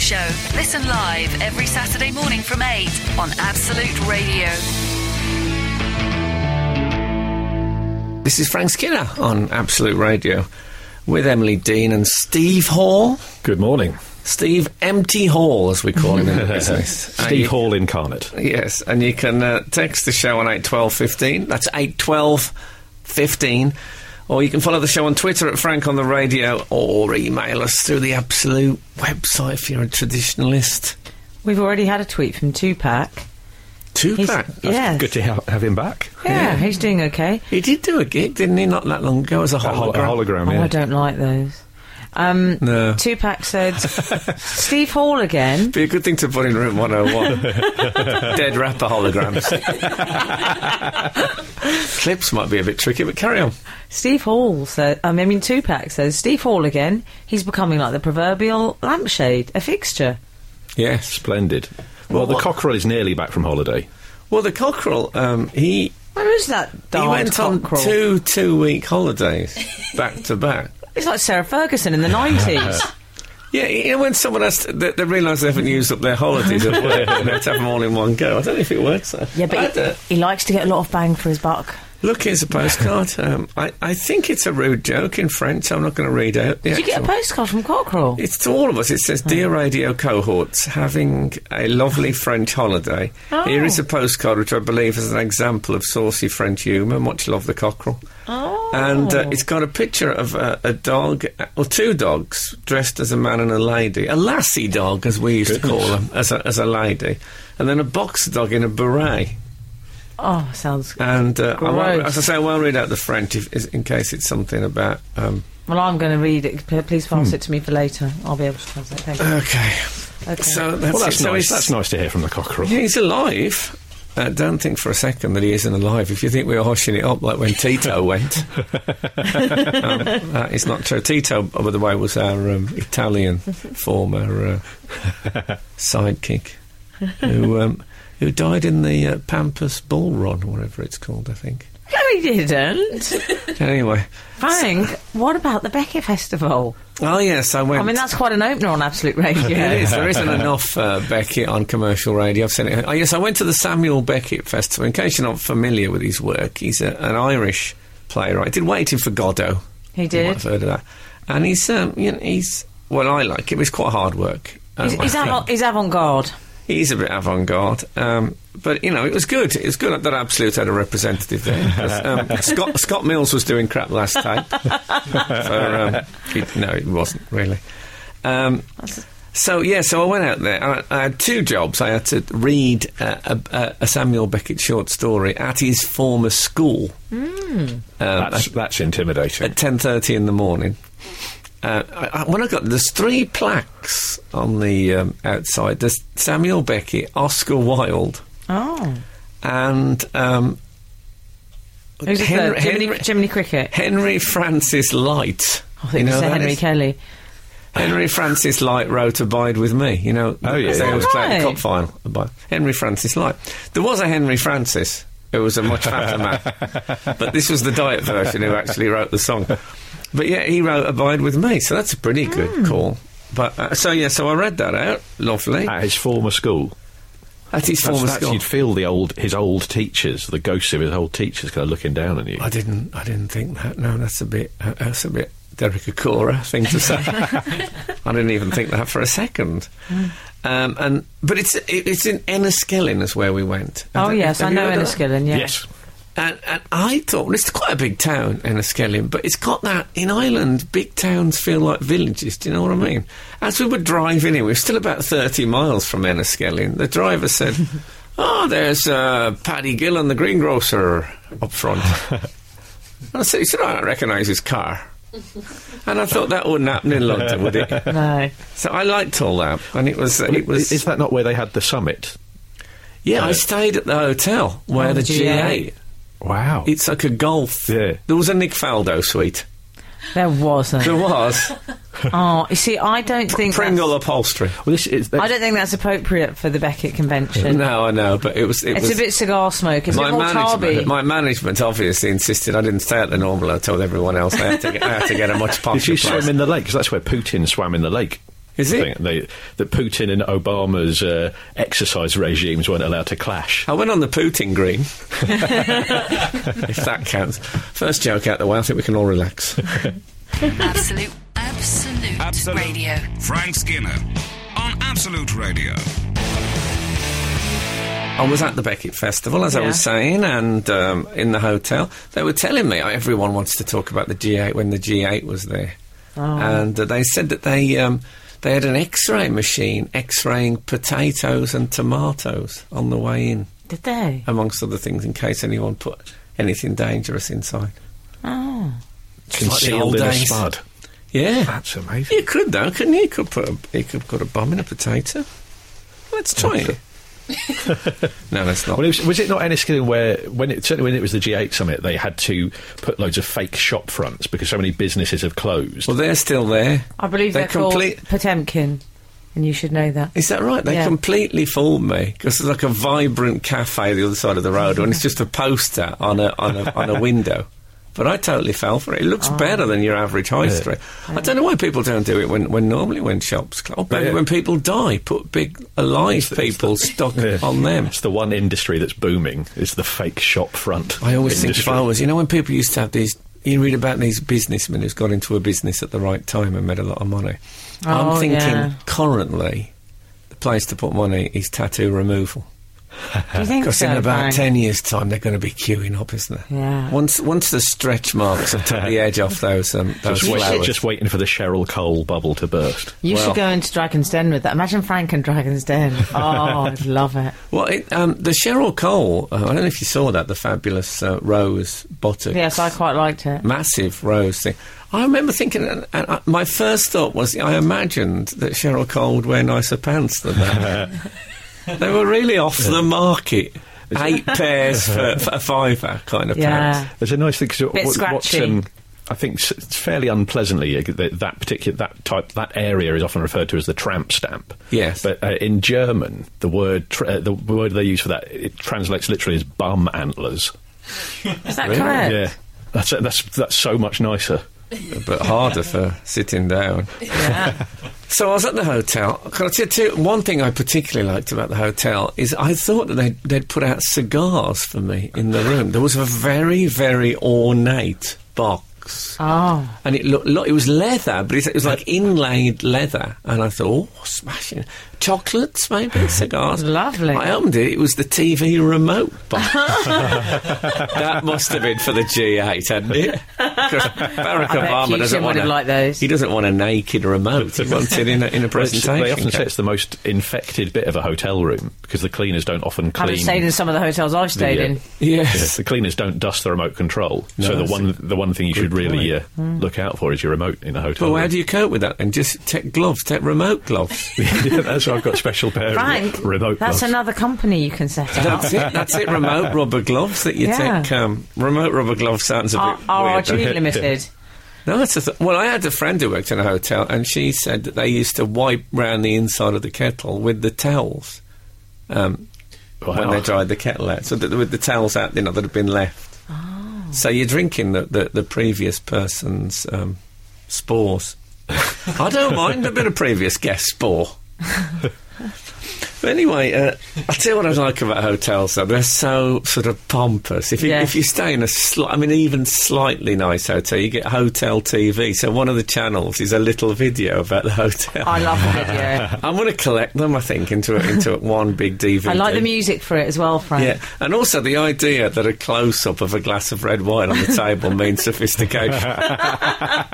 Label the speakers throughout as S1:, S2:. S1: Show. Listen live every Saturday morning from 8 on Absolute Radio.
S2: This is Frank Skinner on Absolute Radio with Emily Dean and Steve Hall.
S3: Good morning.
S2: Steve Empty Hall, as we call him in the business. And
S3: Steve
S2: you-
S3: Hall incarnate.
S2: Yes, and you can uh, text the show on 81215. That's 81215. Or you can follow the show on Twitter at Frank on the Radio or email us through the Absolute website if you're a traditionalist.
S4: We've already had a tweet from Tupac.
S2: Two
S4: He's-
S2: pack.
S4: yes.
S3: Good to ha- have him back.
S4: Yeah, he's doing okay.
S2: He did do a gig, didn't he, not that long ago as a
S3: A, hol- a
S2: hologram.
S3: hologram,
S4: Oh,
S3: yeah.
S4: I don't like those. Um,
S2: No.
S4: Tupac said, Steve Hall again.
S2: Be a good thing to put in room 101. Dead rapper holograms. Clips might be a bit tricky, but carry on.
S4: Steve Hall said, I mean, Tupac says, Steve Hall again. He's becoming like the proverbial lampshade, a fixture.
S2: Yes.
S3: Splendid. Well, the
S2: what-
S3: cockerel is nearly back from holiday.
S2: Well, the cockerel, um, he
S4: Where is that
S2: He
S4: died
S2: went
S4: cockerel?
S2: on two two week holidays back to back.
S4: It's like Sarah Ferguson in the 90s.
S2: Yeah, you know, when someone has to, they, they realise they haven't used up their holidays at work and they have to have them all in one go. I don't know if it works. though.
S5: Yeah,
S2: I had
S5: but
S2: a-
S5: he, he likes to get a lot of bang for his buck.
S2: look, here's a postcard. Um, I, I think it's a rude joke in French. I'm not going to read out. the
S4: Did you get a
S2: actual-
S4: postcard from Cockerel?
S2: It's to all of us. It says, Dear
S3: Oh.
S2: radio cohorts, having a lovely French holiday. Here
S3: Oh.
S2: is a postcard which I believe is an example of saucy French humour. Much love the cockerel.
S4: Oh.
S2: And uh, it's got a picture of a, a dog, or two dogs, dressed as a man and a lady. A lassie dog, as we used to call them, as a, as a lady. And then a boxer dog in a beret.
S4: Oh, sounds.
S2: And uh, I won't,
S4: Gross.
S2: as I say, I won't read out the French if, is- in case it's something about. Um,
S4: Well, I'm going to read it. P- Please
S2: Hmm.
S4: pass it to me for later. I'll be able to translate. Thank you.
S2: okay.
S4: Okay.
S2: So that's,
S3: Well,
S2: it.
S3: that's
S2: So
S3: nice.
S2: it's-
S3: That's nice to hear from the cockerel.
S2: Yeah, he's alive. Uh, don't think for a second that he isn't alive. If you think we were hoshing it up like when Tito went, um, that is not true. Tito, by the way, was our um, Italian former uh, sidekick who um, who died in the uh, Pampas Bull Run, whatever it's called, I think.
S4: No, he didn't.
S2: Anyway,
S4: Frank, what about the Beckett Festival?
S2: oh yes, I went.
S4: I mean, that's quite an opener on Absolute
S2: It
S4: Radio.
S2: is. There isn't enough uh, Beckett on commercial radio. I've seen it. Oh, yes, I went to the Samuel Beckett Festival. In case you're not familiar with his work, he's a, an Irish playwright. Did Waiting for Godot.
S4: He
S2: You might
S4: did.
S2: have heard of that. And he's, um, you know, he's well, I like it. It's quite hard work. Um,
S4: He's, he's,
S2: I think
S4: avant, he's avant-garde.
S2: he's a bit avant-garde, um, but you know it was good. It was good that Absolute had a representative there. 'Cause, Um, Scott Scott Mills was doing crap last time. For, um, it- no, it wasn't really. Um, so yeah, so I went out there. and I, I had two jobs. I had to read uh, a, a, a Samuel Beckett short story at his former school. Um,
S3: That's, that's intimidating.
S2: at ten thirty in the morning. Uh, I, I, when I got there's three plaques on the um, outside. There's Samuel Beckett, Oscar Wilde,
S4: Oh.
S2: and um,
S4: Who's the
S2: Henry,
S4: third? Jiminy,
S2: Henry-
S4: Jiminy Cricket.
S2: Henry Francis Light.
S4: I think you, said
S2: that
S4: Henry
S2: is?
S4: Kelly.
S2: Henry Francis Light wrote "Abide with Me." You know,
S3: Oh, yeah,
S2: they
S3: yeah.
S2: always play the
S4: Right.
S2: cup final. Abide. Henry Francis Light. There was a Henry Francis who was a much fatter man, but this was the diet version who actually wrote the song. But yeah, he wrote "Abide with Me," so that's a pretty
S4: Hmm.
S2: good call. But uh, so yeah, so I read that out. Lovely.
S3: At his former school.
S2: At his
S3: That's,
S2: Uh, former
S3: that's-
S2: school.
S3: You'd feel the old his old teachers, the ghosts of his old teachers, kind of looking down on you.
S2: I didn't. I didn't think that. No, that's a bit. Uh, that's a bit Derek Acora thing to say. I didn't even think that for a second.
S4: Hmm.
S2: Um, and but it's it, it's in Enniskillen is where we went. I
S4: Oh,
S2: don't-
S4: yes,
S2: have
S4: I
S2: you
S4: know
S2: heard of that?
S4: Enniskillen, yeah.
S3: Yes.
S2: And, and I thought well, it's quite a big town, Enniskillen, but it's got that in Ireland. Big towns feel like villages. Do you know what I mean? As we were driving in, we were still about thirty miles from Enniskillen. The driver said, "Oh, there's uh, Paddy Gillen, the greengrocer, up front." and I said, "He said I don't recognise his car." and I thought that wouldn't happen in London, would it?
S4: No.
S2: So I liked all that, and it was it was
S3: Is that not where they had the summit?
S2: yeah. I stayed at the hotel where
S4: Oh,
S2: the
S4: GA.
S2: GA
S3: Wow.
S2: It's like a golf.
S3: Yeah.
S2: There was a Nick Faldo suite. There
S4: There wasn't.
S2: was
S4: oh, you see, I don't think
S2: Pringle upholstery.
S3: well, this is.
S4: That's, I don't think that's appropriate for the Beckett convention.
S2: No, I know, but it was. It
S4: It's
S2: was
S4: a bit cigar smoke. It's
S2: my
S4: a bit more
S2: management.
S4: tarby.
S2: My management obviously insisted I didn't stay at the normal hotel with everyone else. I had to get, I had to get a much
S3: Did
S2: posher
S3: you
S2: place.
S3: swim in the lake? 'Cause that's where Putin swam in the lake.
S2: Is it?
S3: I think they, that Putin and Obama's uh, exercise regimes weren't allowed to clash.
S2: I went on the Putin green. if that counts. First joke out the way, I think we can all relax.
S1: Absolute, absolute,
S6: Absolute.
S1: radio.
S6: Frank Skinner on Absolute Radio.
S2: I was at the Beckett Festival, as I
S4: Yeah.
S2: was saying, and um, in the hotel, they were telling me oh, everyone wants to talk about the G8 when the G8 was there, and uh, they said that they um, they had an X-ray machine X-raying potatoes and tomatoes on the way in,
S4: Did they?
S2: amongst other things, in case anyone put anything dangerous inside.
S4: Oh.
S2: like the old
S3: Concealed in
S2: days.
S3: a spud.
S2: Yeah,
S3: That's amazing.
S2: you could though, couldn't you? You could put a, you could put a bomb in a potato. Let's try it. no, that's not.
S3: Well, it was, was it not Enniskillen where, when it, certainly when it was the G8 summit, they had to put loads of fake shop fronts because so many businesses have closed.
S2: Well, they're still there.
S4: I believe
S2: They
S4: they're
S2: complete-
S4: called Potemkin, and you should know that.
S2: Is that right? They
S4: Yeah.
S2: completely fooled me because there's like a vibrant cafe the other side of the road, and it's just a poster on a on a, on a window. But I totally fell for it. It looks
S4: Oh.
S2: better than your average high
S3: Yeah.
S2: street. I don't know why people don't do it when, when normally when shops close. Or maybe
S3: Oh, Yeah.
S2: when people die, put big alive
S3: the- it's
S2: people stuck on them.
S3: It's the one industry that's booming. Is the fake shop front.
S2: I always think if
S3: industry.
S2: I was, you know, when people used to have these, you read about these businessmen who's got into a business at the right time and made a lot of money.
S4: Oh,
S2: I'm thinking
S4: yeah.
S2: currently the place to put money is tattoo removal.
S4: Do you think
S2: Because
S4: so?
S2: in about
S4: Frank?
S2: ten years' time, they're going to be queuing up, isn't there?
S4: Yeah.
S2: Once once the stretch marks have took the edge off those um, those
S3: Just, wait,
S2: flowers.
S3: just waiting for the Cheryl Cole bubble to burst.
S4: You
S2: Well-
S4: should go into Dragon's Den with that. Imagine Frank and Dragon's Den. Oh, I'd love it.
S2: Well, it, um, the Cheryl Cole. Uh, I don't know if you saw that. The fabulous uh, rose buttocks.
S4: Yes, I quite liked
S2: Mm,
S4: it.
S2: massive rose thing. I remember thinking, and, and I, my first thought was, I imagined that Cheryl Cole would wear nicer pants than that. they were really off the market. Eight pairs for, for a fiver, kind of
S4: Yeah.
S2: pants.
S3: There's a nice thing. 'cause
S4: Bit scratchy.
S3: um, I think s- it's fairly unpleasantly uh, that, that particular that type that area is often referred to as the tramp stamp.
S2: Yes.
S3: but uh, in German, the word tr uh, the word they use for that it translates literally as bum antlers.
S4: Is that correct?
S3: Yeah, that's that's that's so much nicer.
S2: but harder for sitting down.
S4: Yeah.
S2: So I was at the hotel. Can I tell you two- one thing I particularly liked about the hotel is I thought that they'd, they'd put out cigars for me in the room. There was a very, very ornate box.
S4: Oh,
S2: And it looked, lo- it was leather, but it's- it was like inlaid leather. And I thought, oh, smashing. Chocolates, maybe? Cigars?
S4: Lovely.
S2: I opened it, it was the TV remote box. that must have been for the G8, hadn't it? 'Cause Barack
S4: I bet
S2: Obama doesn't
S4: Putin
S2: want
S4: would
S2: a-
S4: have liked those.
S2: He doesn't want a naked remote. He wants it in a, in a presentation.
S3: They often say
S2: case.
S3: it's the most infected bit of a hotel room because the cleaners don't often
S4: I've
S3: clean. uh,
S4: stayed in some of the hotels I've stayed
S3: Yeah.
S4: in.
S2: Yes.
S3: The cleaners don't dust the remote control.
S2: No,
S3: so the
S2: that's
S3: one the one thing you should really uh,
S2: point.
S4: Hmm.
S3: look out for is your remote in a hotel.
S2: But how
S3: room.
S2: do you cope with that? And just take gloves, take remote gloves.
S3: yeah, that's why I've got a special pair
S4: Frank,
S3: of remote
S4: that's
S3: gloves.
S4: another company you can set up.
S2: That's it. That's it. Remote rubber gloves that you
S4: Yeah.
S2: take. Um, remote rubber glove sounds a bit
S4: R-
S2: weird. doesn't it?
S4: RRG Limited.
S2: No, that's a th- well. I had a friend who worked in a hotel, and she said that they used to wipe round the inside of the kettle with the towels um, when
S3: Wow.
S2: they dried the kettle out, so that with the towels out, you know, that had been left.
S4: Oh.
S2: So you're drinking the the, the previous person's um, spores. I don't mind a bit of previous guest spore. But anyway, uh, I tell you what I like about hotels though. They're so sort of pompous. If you,
S4: Yeah.
S2: if you stay in a, sli- I mean, even slightly nice hotel, you get hotel TV. So one of the channels is a little video about the hotel.
S4: I love the video.
S2: I'm going to collect them, I think, into a, into a- one big DVD.
S4: I like the music for it as well, Frank.
S2: Yeah, and also the idea that a close up of a glass of red wine on the table means sophistication.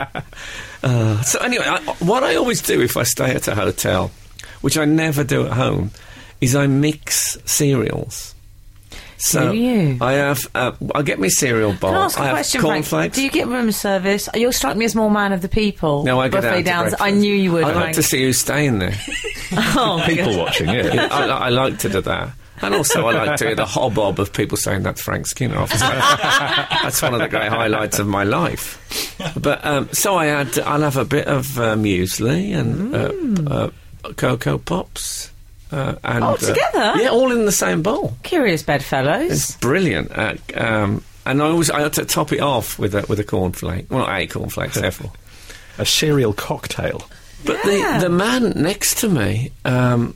S2: Uh, so, anyway, I, what I always do if I stay at a hotel, which I never do at home, is I mix cereals. So
S4: Do you?
S2: I have. Uh, I get my cereal bowl.
S4: Can I ask a
S2: Oh, have
S4: question, Frank?
S2: cornflakes.
S4: Do you get room service? You'll strike me as more man of the people.
S2: no, I get
S4: Buffet
S2: out to
S4: Downs. I
S2: breakfast.
S4: knew you would,
S2: I like
S4: Frank.
S2: to see who's staying there.
S4: Oh, my
S3: People
S4: God.
S3: watching, yeah.
S2: I, I, I like to do that. And also, I like to hear the hobbob of people saying that's Frank Skinner. Obviously. that's one of the great highlights of my life. But um, so I had, I'll have a bit of uh, muesli and uh, uh, cocoa pops. Uh, and,
S4: All
S2: uh,
S4: together?
S2: yeah, all in the same bowl. It's
S4: Curious bedfellows.
S2: brilliant. Uh, um, and I always I had to top it off with a with a cornflake. Well, not a cornflake, several.
S3: A cereal cocktail.
S2: But
S4: Yeah.
S2: the the man next to me um,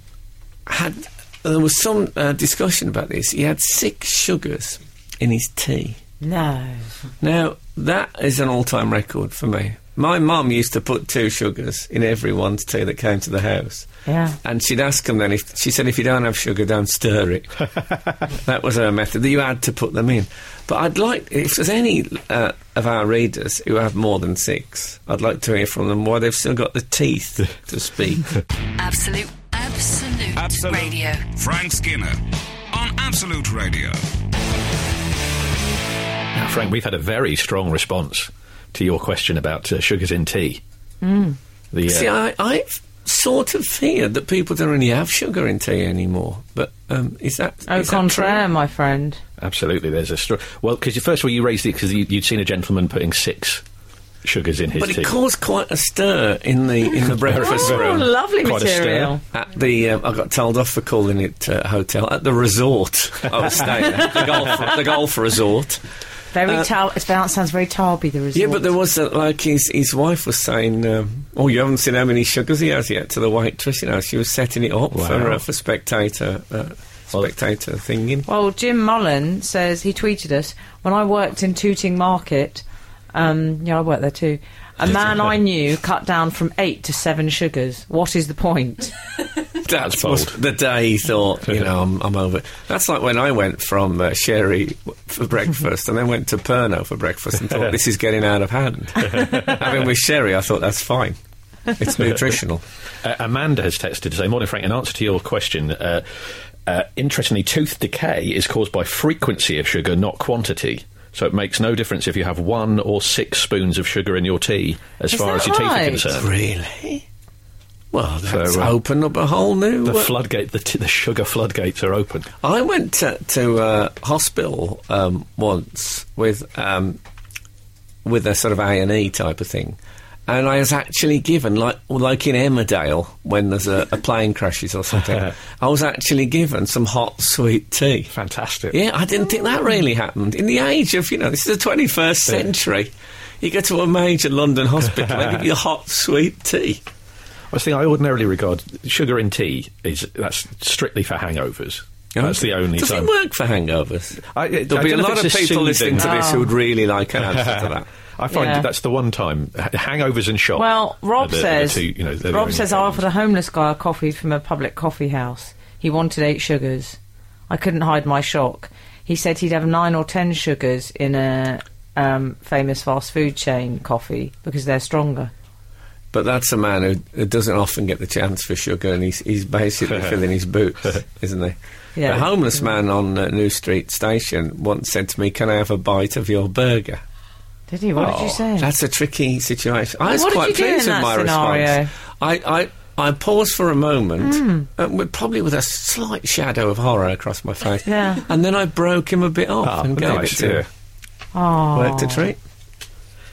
S2: had there was some uh, discussion about this. He had six sugars in his tea.
S4: No.
S2: Now that is an all time record for me. My mum used to put two sugars in everyone's tea that came to the house.
S4: Yeah.
S2: And she'd ask them then if she said, if you don't have sugar, don't stir it. that was her method. You had to put them in. But I'd like, if there's any uh, of our readers who have more than six, I'd like to hear from them why they've still got the teeth to speak.
S1: Absolute, absolute,
S6: Absolute.
S1: radio.
S6: Frank Skinner on Absolute Radio.
S3: Now, Frank, we've had a very strong response to your question about uh, sugars in tea. Mm. The, uh,
S2: See, I, I sort of feared that people don't really have sugar in tea anymore. But um, is that.
S4: Au
S2: is that true?
S4: contraire, my friend.
S3: Absolutely, there's a str- well because first of all you raised it because you, you'd seen a gentleman putting six sugars in his
S2: But
S3: tea.
S2: it caused quite a stir in the in the breakfast
S4: Oh,
S2: room.
S4: lovely
S3: Quite a stir.
S4: material.
S2: At the, um, I got told off for calling it uh, hotel at the resort. I was staying at the golf, the golf resort.
S5: Very tar- it sounds sounds very tarby. The resort.
S2: Uh, Yeah, but there was uh, like his his wife was saying, um, "Oh, you haven't seen how many sugars he has yet." To the waitress, you know, she was setting it up for
S3: Wow.
S2: uh, for spectator uh,
S3: Well-
S2: spectator thinking.
S4: Well, Jim Mullen says he tweeted us when I worked in Tooting Market. Um, yeah, I worked there too. A man I knew cut down from eight to seven sugars. What is the point?
S2: That's
S3: bold.
S2: the day he thought, you know, I'm, I'm over. it. That's like when I went from uh, sherry w- for breakfast and then went to Perno for breakfast and thought, this is getting out of hand. I mean, with sherry, I thought that's fine. It's nutritional.
S3: Uh, Amanda has texted to say, "Morning, Frank. In answer to your question, uh, uh, interestingly, tooth decay is caused by frequency of sugar, not quantity." So it makes no difference if you have one or six spoons of sugar in your tea, as
S4: Is
S3: far
S4: that
S3: as your teeth
S4: right?
S3: are concerned.
S2: Really? Well, that's
S3: uh,
S2: opened up a whole new.
S3: The
S2: uh,
S3: floodgate, the, t- the sugar floodgates are open.
S2: I went to, to uh, hospital um, once with um, with a sort of A and E type of thing, and I was actually given like like in Emmerdale when there's a, a plane crashes or something. I was actually given some hot sweet tea.
S3: Fantastic.
S2: Yeah, I didn't think that really happened in the age of you know this is the 21st century. You go to a major London hospital, they give you hot sweet tea.
S3: I was thinking I ordinarily regard sugar in tea is that's strictly for hangovers. That's the only
S2: Does
S3: time.
S2: it work for hangovers?
S3: I- I
S2: There'll be a
S3: don't know if
S2: lot of
S3: it's a
S2: people listening to
S3: soothing- Ah.
S2: this who would really like an answer to that.
S3: I find
S4: Yeah.
S3: that's the one time h- hangovers and shock.
S4: Well,
S3: are
S4: Rob
S3: the- are the
S4: says.
S3: two, you know, they're the
S4: Rob
S3: only
S4: says I
S3: things.
S4: offered a homeless guy a coffee from a public coffee house. He wanted eight sugars. I couldn't hide my shock. He said he'd have nine or ten sugars in a um, famous fast food chain coffee because they're stronger.
S2: But that's a man who, who doesn't often get the chance for sugar, and he's, he's basically filling his boots, isn't he?
S4: Yeah.
S2: A homeless man on uh, New Street Station once said to me, "Can I have a bite of your burger?"
S4: Did he? What did you
S3: Oh,
S4: say?
S2: Oh, That's a tricky situation. I was
S4: What did
S2: quite
S4: you do
S2: pleased
S4: in
S2: with
S4: that
S2: my
S4: scenario? Hmm.
S2: response. I, I, I paused for a moment, uh, with, probably with a slight shadow of horror across my face,
S4: Yeah.
S2: and then I broke him a bit off
S3: Ah,
S2: and gave
S3: nice,
S2: it to
S3: yeah.
S2: him.
S4: Aw.
S2: Worked a treat.
S3: Uh,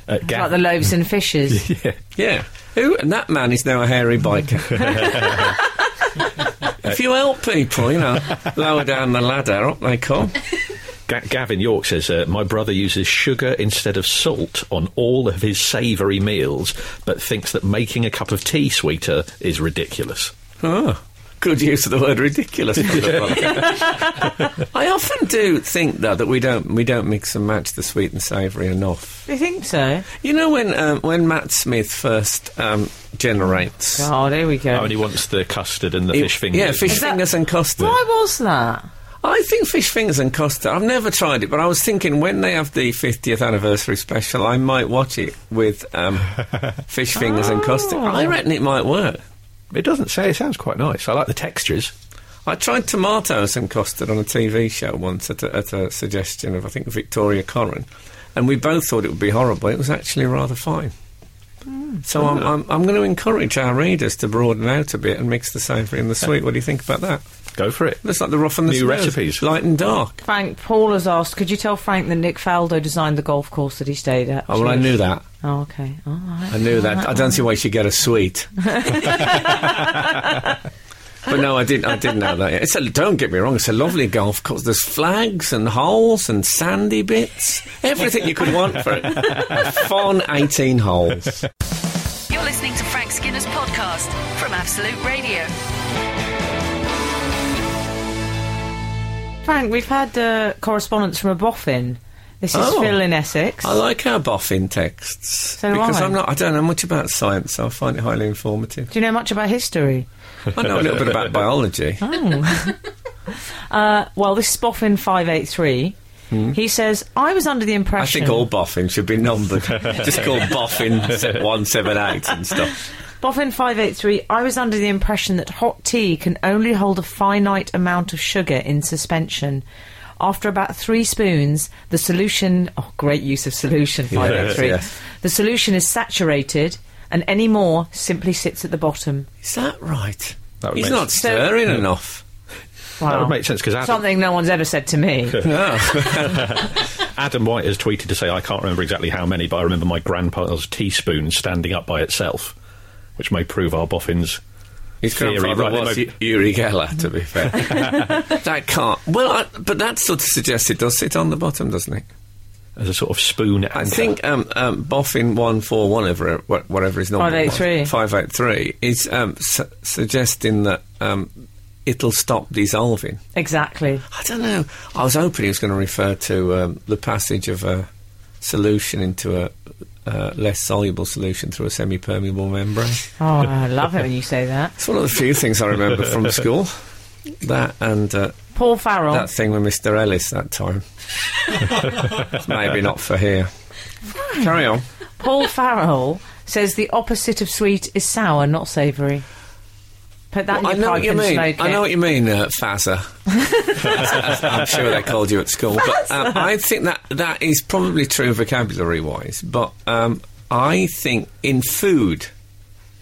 S4: Oh. It's
S3: Gav-
S4: like the loaves and fishes.
S3: yeah.
S2: Yeah. Who? And that man is now a hairy biker. if you help people, you know, lower down the ladder, up they come.
S3: Ga- Gavin York says, uh, My brother uses sugar instead of salt on all of his savoury meals, but thinks that making a cup of tea sweeter is ridiculous.
S2: Oh, good use of the word ridiculous. for the podcast. I often do think though that we don't we don't mix and match the sweet and savoury enough.
S4: Do you think so?
S2: You know when um, when Matt Smith first um, generates.
S4: God, here Oh, we go.
S3: Only wants the custard and the
S2: It-
S3: fish fingers.
S2: Yeah, fish
S4: Is that-
S2: fingers and custard.
S4: Why was that?
S2: I think fish fingers and custard. I've never tried it, but I was thinking when they have the 50th anniversary special, I might watch it with um, fish fingers and custard. I
S4: Oh.
S2: reckon it might work.
S3: It doesn't say, it sounds quite nice. I like the textures.
S2: I tried tomatoes and custard on a TV show once at a, at a suggestion of I think Victoria Corrin, and we both thought it would be horrible. It was actually rather fine. So I'm, I'm, I'm going to encourage our readers to broaden out a bit and mix the savoury and the sweet. What do you think about that?
S3: Go for it.
S2: That's like the rough and the
S3: New
S2: smooth,
S3: recipes.
S2: light and dark.
S4: Frank Paul has asked, could you tell Frank that Nick Faldo designed the golf course that he stayed at?
S2: Oh well, I knew that.
S4: Oh, okay. All right.
S2: I knew that. I don't see why she get a sweet. but no, I didn't. I didn't know that. It's a, don't get me wrong. It's a lovely golf course. There's flags and holes and sandy bits. Everything you could want for a fun 18 holes.
S1: You're listening to Frank Skinner's podcast from Absolute Radio.
S4: Frank, we've had uh, correspondence from a boffin. This is
S2: Oh.
S4: Phil in Essex.
S2: I like our boffin texts
S4: So do
S2: because
S4: I.
S2: am not. I don't know much about science, so I find it highly informative.
S4: Do you know much about history?
S2: I know a little bit about biology.
S4: Uh, well, this is Boffin five eight three.
S3: Hmm.
S4: He says, "I was under the
S2: I
S4: impression
S2: think all boffins should be numbered. Just called boffin se- one seven eight and stuff.
S4: Boffin five eight three. I was under the impression that hot tea can only hold a finite amount of sugar in suspension. After about three spoons, the solution. Oh, great use of solution five eight three.
S2: Yes.
S4: The solution is saturated, and any more simply sits at the bottom.
S2: Is that right?
S3: That would
S2: He's
S3: make
S2: not
S4: So-
S2: stirring enough.
S4: Wow.
S3: would make sense, 'cause Adam-
S4: something no one's ever said to me.
S3: Adam White has tweeted to say, I can't remember exactly how many, but I remember my grandpa's teaspoon standing up by itself, which may prove our boffins.
S2: His
S3: Theory,
S2: grandfather
S3: right,
S2: was
S3: they
S2: U- Uri Geller, to be fair. that can't. Well, I, but that sort of suggests it does sit on the bottom, doesn't it?
S3: As a sort of spoon.
S2: I think um, um, Boffin one four one, whatever, wha- whatever his number was,
S4: 583.
S2: five eight three, is um, su- suggesting that um, it'll stop dissolving.
S4: exactly.
S2: I don't know. I was hoping he was going to refer to um, the passage of a solution into a uh, less soluble solution through a semi-permeable membrane.
S4: Oh, I love it when you say that.
S2: It's one of the few things I remember from school. That and. Uh,
S4: Paul Farrell.
S2: that thing with Mr. Ellis that time. Maybe not for here. Carry on.
S4: Paul Farrell says the opposite of sweet is sour, not savoury. Put that
S2: I
S4: in your
S2: know
S4: pipe
S2: what you
S4: and
S2: mean.
S4: smoke
S2: I know
S4: it.
S2: what you mean, uh, Fazza. I'm sure they called you at school, but um, I think that that is probably true vocabulary-wise. But um, I think in food,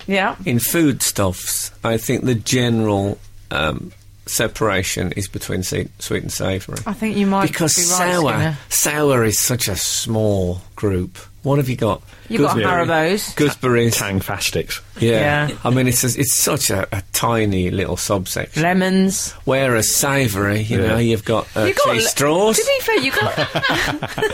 S4: Yeah.
S2: in foodstuffs, I think the general um, separation is between se- sweet and savoury.
S4: I think you might
S2: because
S4: be right,
S2: sour
S4: Skinner.
S2: sour is such a small group. What have you got?
S4: You've got
S2: Gooseberry-
S4: Haribo's.
S2: gooseberries.
S3: Tang fastics.
S2: yeah.
S4: Yeah.
S2: I mean it's a, it's such a, a tiny little subsection.
S4: Lemons.
S2: Whereas savoury, you know, you've got, uh,
S4: You've got
S2: cheese
S4: le-
S2: straws.
S4: To be fair, you got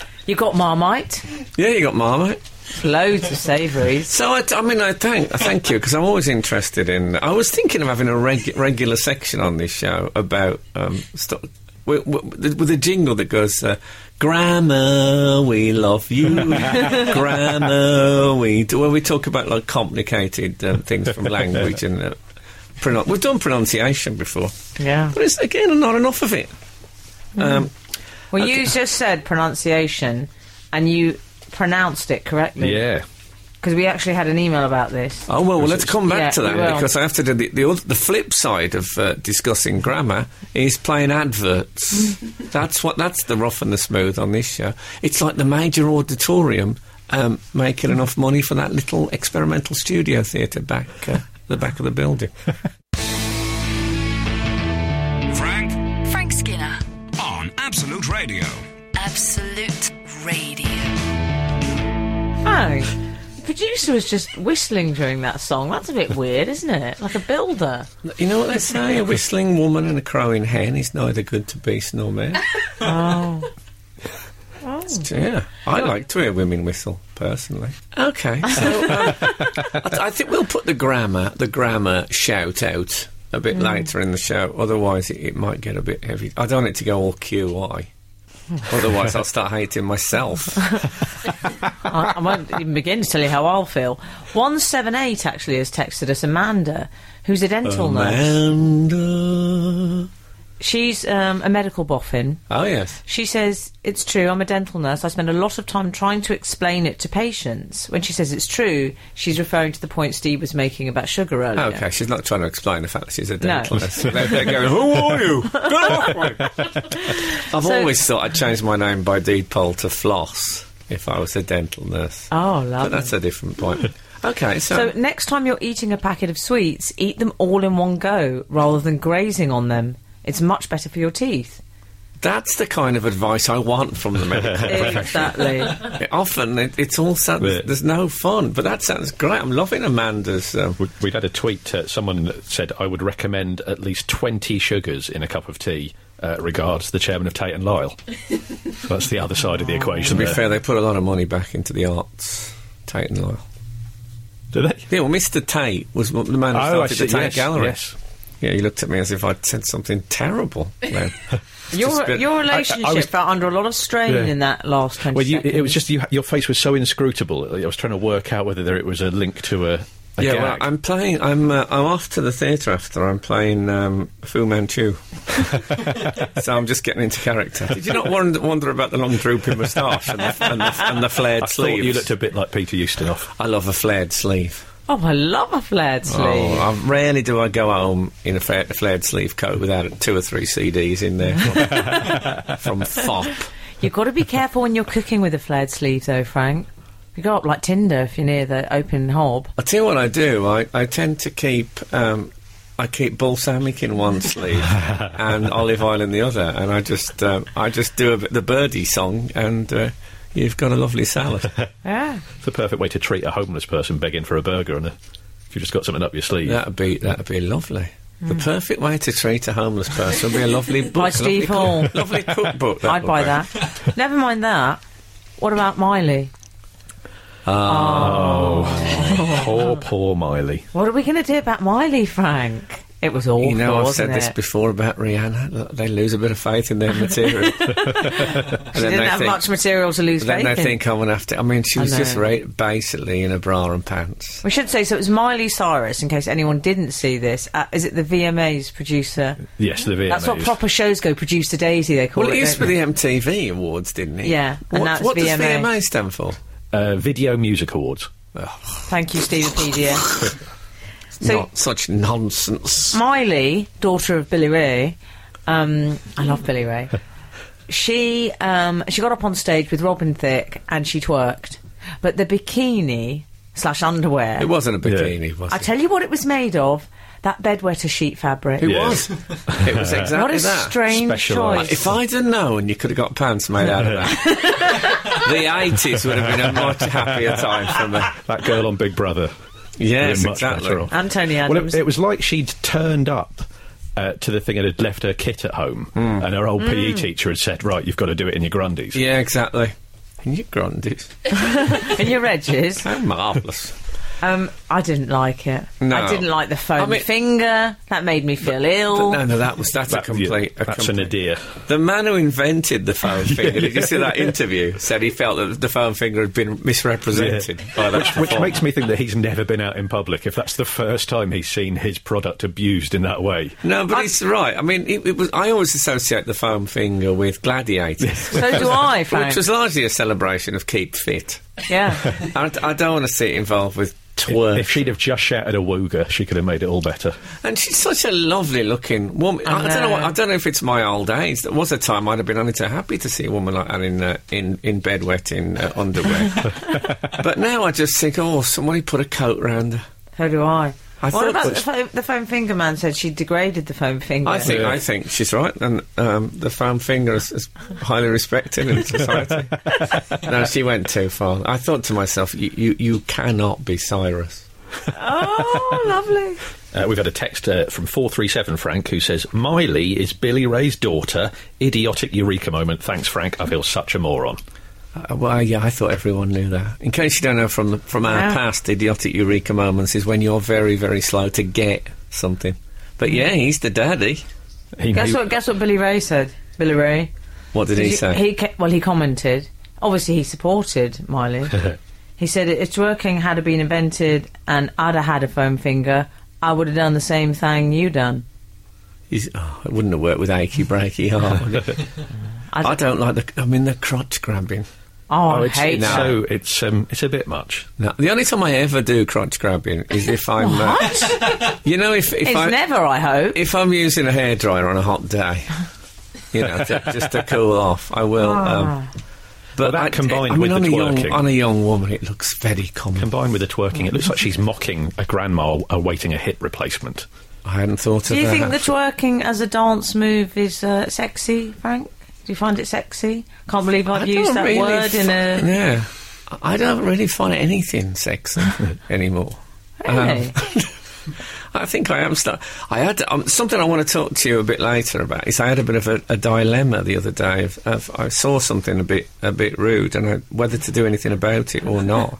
S4: you got Marmite.
S2: yeah, you got marmite.
S4: Loads of savouries.
S2: So I, t- I mean, I thank I thank you because I'm always interested in. I was thinking of having a reg- regular section on this show about um, st- with, with, with a jingle that goes. Uh, Grammar, we love you. Grammar, we do. Where we talk about like complicated um, things from language and uh, pronoun. We've done pronunciation before,
S4: Yeah.
S2: but it's again not enough of it. Um,
S4: Well, you just said pronunciation, and you pronounced it correctly.
S3: Yeah.
S4: Because we actually had an email about this.
S2: Oh well, well, let's come back
S4: Yeah,
S2: to that
S4: we will.
S2: because I have to do the the, oth- the flip side of uh, discussing grammar is playing adverts. that's what that's the rough and the smooth on this show. It's like the major auditorium um, making enough money for that little experimental studio theatre back uh, the back of the building.
S6: Frank
S1: Frank Skinner,
S6: on Absolute Radio.
S1: Absolute Radio.
S4: Oh. The producer was just whistling during that song. That's a bit weird, isn't it? Like a builder.
S2: You know what they say: a whistling woman and a crowing hen is neither good to beast nor man.
S4: Oh.
S2: Oh. Yeah, I like to hear women whistle personally. Okay, so um, I, th- I think we'll put the grammar, the grammar shout out a bit later in the show. Otherwise, it, it might get a bit heavy. I don't want it to go all QI. Otherwise, I'll start hating myself.
S4: I, I won't even begin to tell you how I'll feel. 178 actually has texted us Amanda, who's a
S2: Oh,
S4: dental nurse.
S2: Amanda.
S4: She's um, a medical boffin.
S2: Oh yes.
S4: She says, It's true, I'm a dental nurse. I spend a lot of time trying to explain it to patients. When she says it's true, she's referring to the point Steve was making about sugar earlier.
S2: Oh, Okay, she's not trying to explain the fact that she's a
S4: No.
S2: dental nurse. They're, they're going, who are you? Get off me!" I've
S4: So-
S2: always thought I'd change my name by deed poll to Floss if I was a dental nurse.
S4: Oh,
S2: But
S4: lovely.
S2: that's a different point. Okay, so,
S4: So next time you're eating a packet of sweets, eat them all in one go rather than grazing on them. It's much better for your teeth.
S2: that's the kind of advice I want from the medical profession.
S4: exactly.
S2: Often it, it's all sounds,
S3: Yeah.
S2: there's no fun, but that sounds great. I'm loving Amanda's. Um,
S3: We- We'd had a tweet. Uh, someone that said, I would recommend at least 20 sugars in a cup of tea. Uh, regards the chairman of Tate and Lyle. so that's the other
S4: Oh.
S3: side of the equation.
S2: to be
S3: there.
S2: fair, they put a lot of money back into the arts, Tate and Lyle.
S3: Do they? Oh,
S2: Yeah, well, Mr. Tate was the man who started the Tate
S3: yes,
S2: Gallery.
S3: yes.
S2: Yeah, he looked at me as if I'd said something terrible. then.
S4: Your,
S2: Just been-
S4: your
S3: I- I
S4: relationship
S3: was-
S4: felt under a lot of strain
S3: Yeah.
S4: in that last 20
S3: Well, you,
S4: seconds.
S3: it was just you, your face was so inscrutable. I was trying to work out whether there, it was a link to a, a
S2: yeah,
S3: gag.
S2: well, I'm playing. I'm uh, I'm off to the theatre after. I'm playing um, Fu Manchu, so I'm just getting into character. Did you not wonder, wonder about the long drooping moustache and the, and the, and the flared
S3: I thought
S2: sleeves?
S3: you looked a bit like Peter Ustinov.
S2: I love a flared sleeve.
S4: Oh, I love a flared sleeve.
S2: Oh, I rarely do I go home in a flared, flared sleeve coat without two or three CDs in there from, from Fop.
S4: You've got to be careful when you're cooking with a flared sleeve, though, Frank. You go up like tinder if you're near the open hob.
S2: I tell you what I do. I, I tend to keep um, I keep balsamic in one sleeve and olive oil in the other, and I just um, I just do a bit the birdie song, and uh, you've got a lovely salad.
S4: Yeah.
S3: It's the perfect way to treat a homeless person begging for a burger and a, if you've just got something up your sleeve.
S2: that'd be that'd be lovely. The perfect way to treat a homeless person would be a lovely book,
S4: Hmm. By Steve
S2: lovely, cook-
S4: Hall.
S2: lovely cookbook.
S4: I'd
S2: would
S4: buy
S2: be.
S4: that. Never mind that. What about Miley?
S3: Poor, poor Miley.
S4: What are we going to do about Miley, Frank? It was awful,
S2: You know, I've
S4: wasn't
S2: said this
S4: it?
S2: before about Rihanna. that They lose a bit of faith in their material. she
S4: She didn't have much material to lose
S2: Then
S4: faith
S2: they
S4: in.
S2: think I'm going to have to. I mean, she was just
S4: know.
S2: ra- basically in a bra and pants.
S4: We should say so. It was Miley Cyrus. In case anyone didn't see this, uh, is it the VMAs producer?
S3: Yes, the VMAs.
S4: That's what proper shows go. Producer Daisy, they call
S2: Well,
S4: it.
S2: it used to
S4: don't
S2: be the MTV Awards, didn't it?
S4: Yeah, and
S2: what,
S4: that's
S2: what does
S4: VMA.
S2: VMA stand for?
S3: uh, Video Music Awards.
S4: they? Thank you, Stevepedia. so
S2: Not such nonsense.
S4: Miley, daughter of Billy Ray, um, I love Billy Ray. She um, she got up on stage with Robin Thicke and she twerked, but the bikini slash underwear.
S2: It wasn't a bikini, was
S4: I
S2: it?
S4: tell you what, it was made of that bedwetter sheet fabric.
S2: it
S3: Yeah.
S2: was. it was exactly
S4: What a
S2: that.
S4: strange
S3: Specialised.
S4: choice.
S2: if I'd have known you could have got pants made out of that, the 80s would have been a much happier time for me.
S3: That girl on Big Brother.
S2: Yes,
S3: Much
S2: exactly.
S3: better off.
S4: Anthony
S3: Well,
S4: Adams.
S3: it, it was like she'd turned up uh, to the thing and had left her kit at home, and her old PE teacher had said, "Right, you've got to do it in your grundies."
S2: Hmm. Yeah, exactly. And you grundies.
S4: and your edges.
S2: How marvellous.
S4: Um, I didn't like it.
S2: No.
S4: I didn't like the foam
S2: I mean-
S4: finger. That made me feel
S2: But
S4: ill.
S2: no, no, that was that's
S3: That-
S2: a complete.
S3: yeah,
S2: a
S3: that's an
S2: complete-
S3: idea.
S2: The man who invented the foam finger, did you see that interview? Said he felt that the foam finger had been misrepresented by that.
S3: Which, which makes me think that he's never been out in public. If that's the first time he's seen his product abused in that way,
S2: No, but it's right. I mean, it, it was. I always associate the foam finger with gladiators,
S4: so do I, Frank.
S2: which was largely a celebration of keep fit.
S4: yeah.
S2: I, I don't want to see it involved with twerk.
S3: if she'd have just shouted a wooger, she could have made it all better.
S2: and she's such a lovely looking woman. I, don't know.
S4: know.
S2: what- I don't know if it's my old age. There was a time I'd have been only too happy to see a woman like that in uh, in in bed wet in uh, underwear. but now I just think, oh, somebody put a coat round her.
S4: So do I.
S2: I
S4: what
S2: thought
S4: about
S2: that-
S4: the, fo- the foam finger man said she degraded the foam finger?
S2: I think I think she's right, and um, the found finger is, is highly respected in society. no, she went too far. I thought to myself, you you, you cannot be Cyrus.
S4: Oh, lovely.
S3: Uh, we've had a text uh, from 437 Frank who says, Miley is Billy Ray's daughter. Idiotic eureka moment. Thanks, Frank. I feel such a moron.
S2: Uh, well, yeah, I thought everyone knew that. In case you don't know from the, from our
S4: Yeah.
S2: past, idiotic eureka moments is when you're very very slow to get something. But yeah, he's the daddy.
S3: He
S4: Guess
S3: knew-
S4: what? Guess what? Billy Ray said. Billy Ray.
S2: What did, he
S4: you-
S2: say?
S4: He ca- well, he commented. Obviously, he supported Miley. he said, "If twerking had been invented and I'd have had a foam finger, I would have done the same thing you done."
S2: He's- oh, it wouldn't have worked with achy breaky heart. would it? I don't like the. I mean, the crotch grabbing.
S4: Oh, I
S3: Oh, it's,
S4: hate
S3: it's
S4: that.
S3: so it's um, it's a bit much.
S2: No, the only time I ever do crotch grabbing is if I'm. Uh, you know, if if
S4: It's
S2: I
S4: never, I hope.
S2: if I'm using a hairdryer on a hot day, you know, to, just to cool off, I will.
S4: Ah.
S2: Um, but
S3: Well, that
S2: I-
S3: combined
S2: I mean,
S3: with
S2: on
S3: the
S2: a young
S3: twerking.
S2: on a young woman, it looks very common.
S3: Combined with the twerking, it looks like she's mocking a grandma awaiting a hit replacement.
S2: I hadn't thought of
S4: Do you
S2: that.
S4: think the twerking as a dance move is uh, sexy, Frank? Do you find it sexy? Can't believe I've
S2: I
S4: used
S2: don't
S4: that
S2: really
S4: word in
S2: fi-
S4: a.
S2: yeah. I I don't really find anything sexy anymore. Um,
S4: Really?
S2: I think I am. Start- I had um, something I want to talk to you a bit later about. Is I had a bit of a, a dilemma the other day. Of, of I saw something a bit a bit rude, and I, whether to do anything about it or not.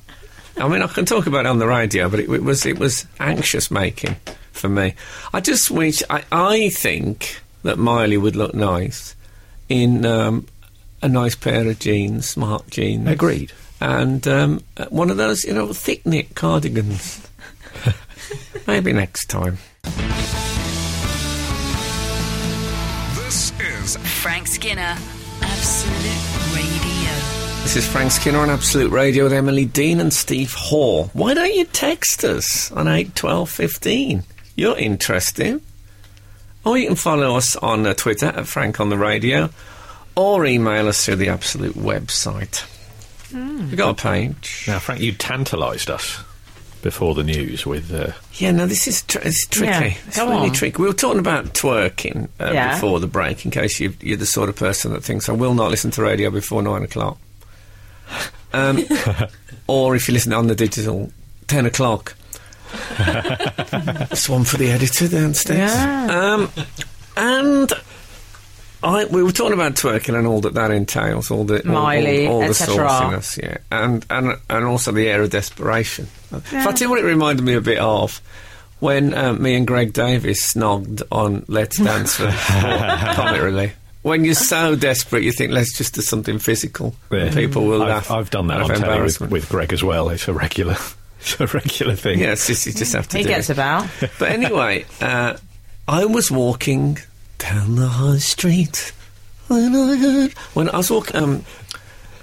S2: I mean, I can talk about it on the radio, but it, it was it was anxious making for me. I just wish I, I think that Miley would look nice in um, a nice pair of jeans, smart jeans.
S3: Agreed.
S2: And um, uh, one of those, you know, thick knit cardigans. Maybe next time.
S6: This is
S1: Frank Skinner, Absolute Radio.
S2: This is Frank Skinner on Absolute Radio with Emily Dean and Steve Hoare. Why don't you text us on 8 12 15? You're interesting. Or you can follow us on uh, Twitter at Frank on the Radio or email us through the Absolute website. We've got a page.
S3: Now, Frank, you tantalised us before the news with. Uh,
S2: Yeah, no, this is tr- it's tricky.
S4: Yeah,
S2: it's
S4: go
S2: really
S4: on.
S2: tricky. We were talking about twerking uh,
S4: Yeah.
S2: before the break, in case you, you're the sort of person that thinks, I will not listen to radio before nine o'clock. Um, or if you listen on the digital, 10 o'clock. That's one for the editor downstairs. Um, and I, we were talking about twerking and all that that entails, all the all- all-
S4: Miley,
S2: all, the
S4: et cetera.
S2: sauciness, yeah, and and and also the air of desperation. If I tell you what, it reminded me a bit of. When um, me and Greg Davis snogged on Let's Dance for Comet Relief. When you're so desperate, you think, let's just do something physical.
S3: yeah.
S2: And people will
S3: I've,
S2: laugh.
S3: I've done that
S2: out of
S3: on telly with,
S2: embarrassment.
S3: with Greg as well. It's a regular, it's a regular thing.
S2: Yeah, it's just, you just have to
S4: He
S2: do
S4: gets
S2: it.
S4: about.
S2: But anyway, uh, I was walking down the high street when I heard. When I was walking. Um,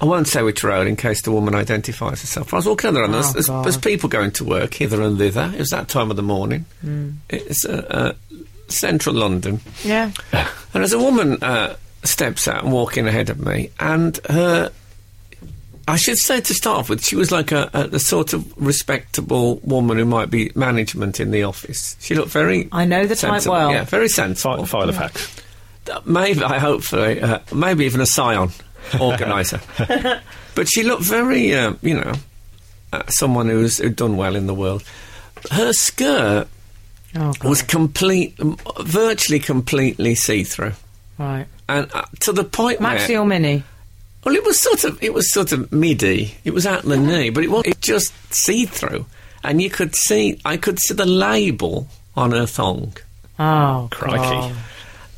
S2: I won't say which road in case the woman identifies herself. But I was walking down the road, and
S4: Oh,
S2: there's, there's,
S4: God.
S2: there's people going to work hither and thither. It was that time of the morning.
S4: Hmm.
S2: It's uh, uh, central London.
S4: Yeah.
S2: And as a woman uh, steps out and walking ahead of me, and her, I should say to start off with, she was like a, a, the sort of respectable woman who might be management in the office. She looked very.
S4: I know the type
S2: sensible.
S4: well.
S2: Yeah, very
S3: Fi-
S2: sensible.
S3: file a fax.
S2: Uh, Maybe, I hopefully, uh, maybe even a scion organizer. but she looked very, uh, you know, uh, someone who's who'd done well in the world. Her skirt
S4: Oh,
S2: was
S4: God.
S2: complete, virtually completely see-through
S4: Right.
S2: and uh, to the point
S4: Maxi
S2: where
S4: or Mini?
S2: well, it was sort of it was sort of midi. It was at the knee, but it was it just see through, and you could see I could see the label on her thong,
S4: Oh,
S3: Crikey.
S4: God.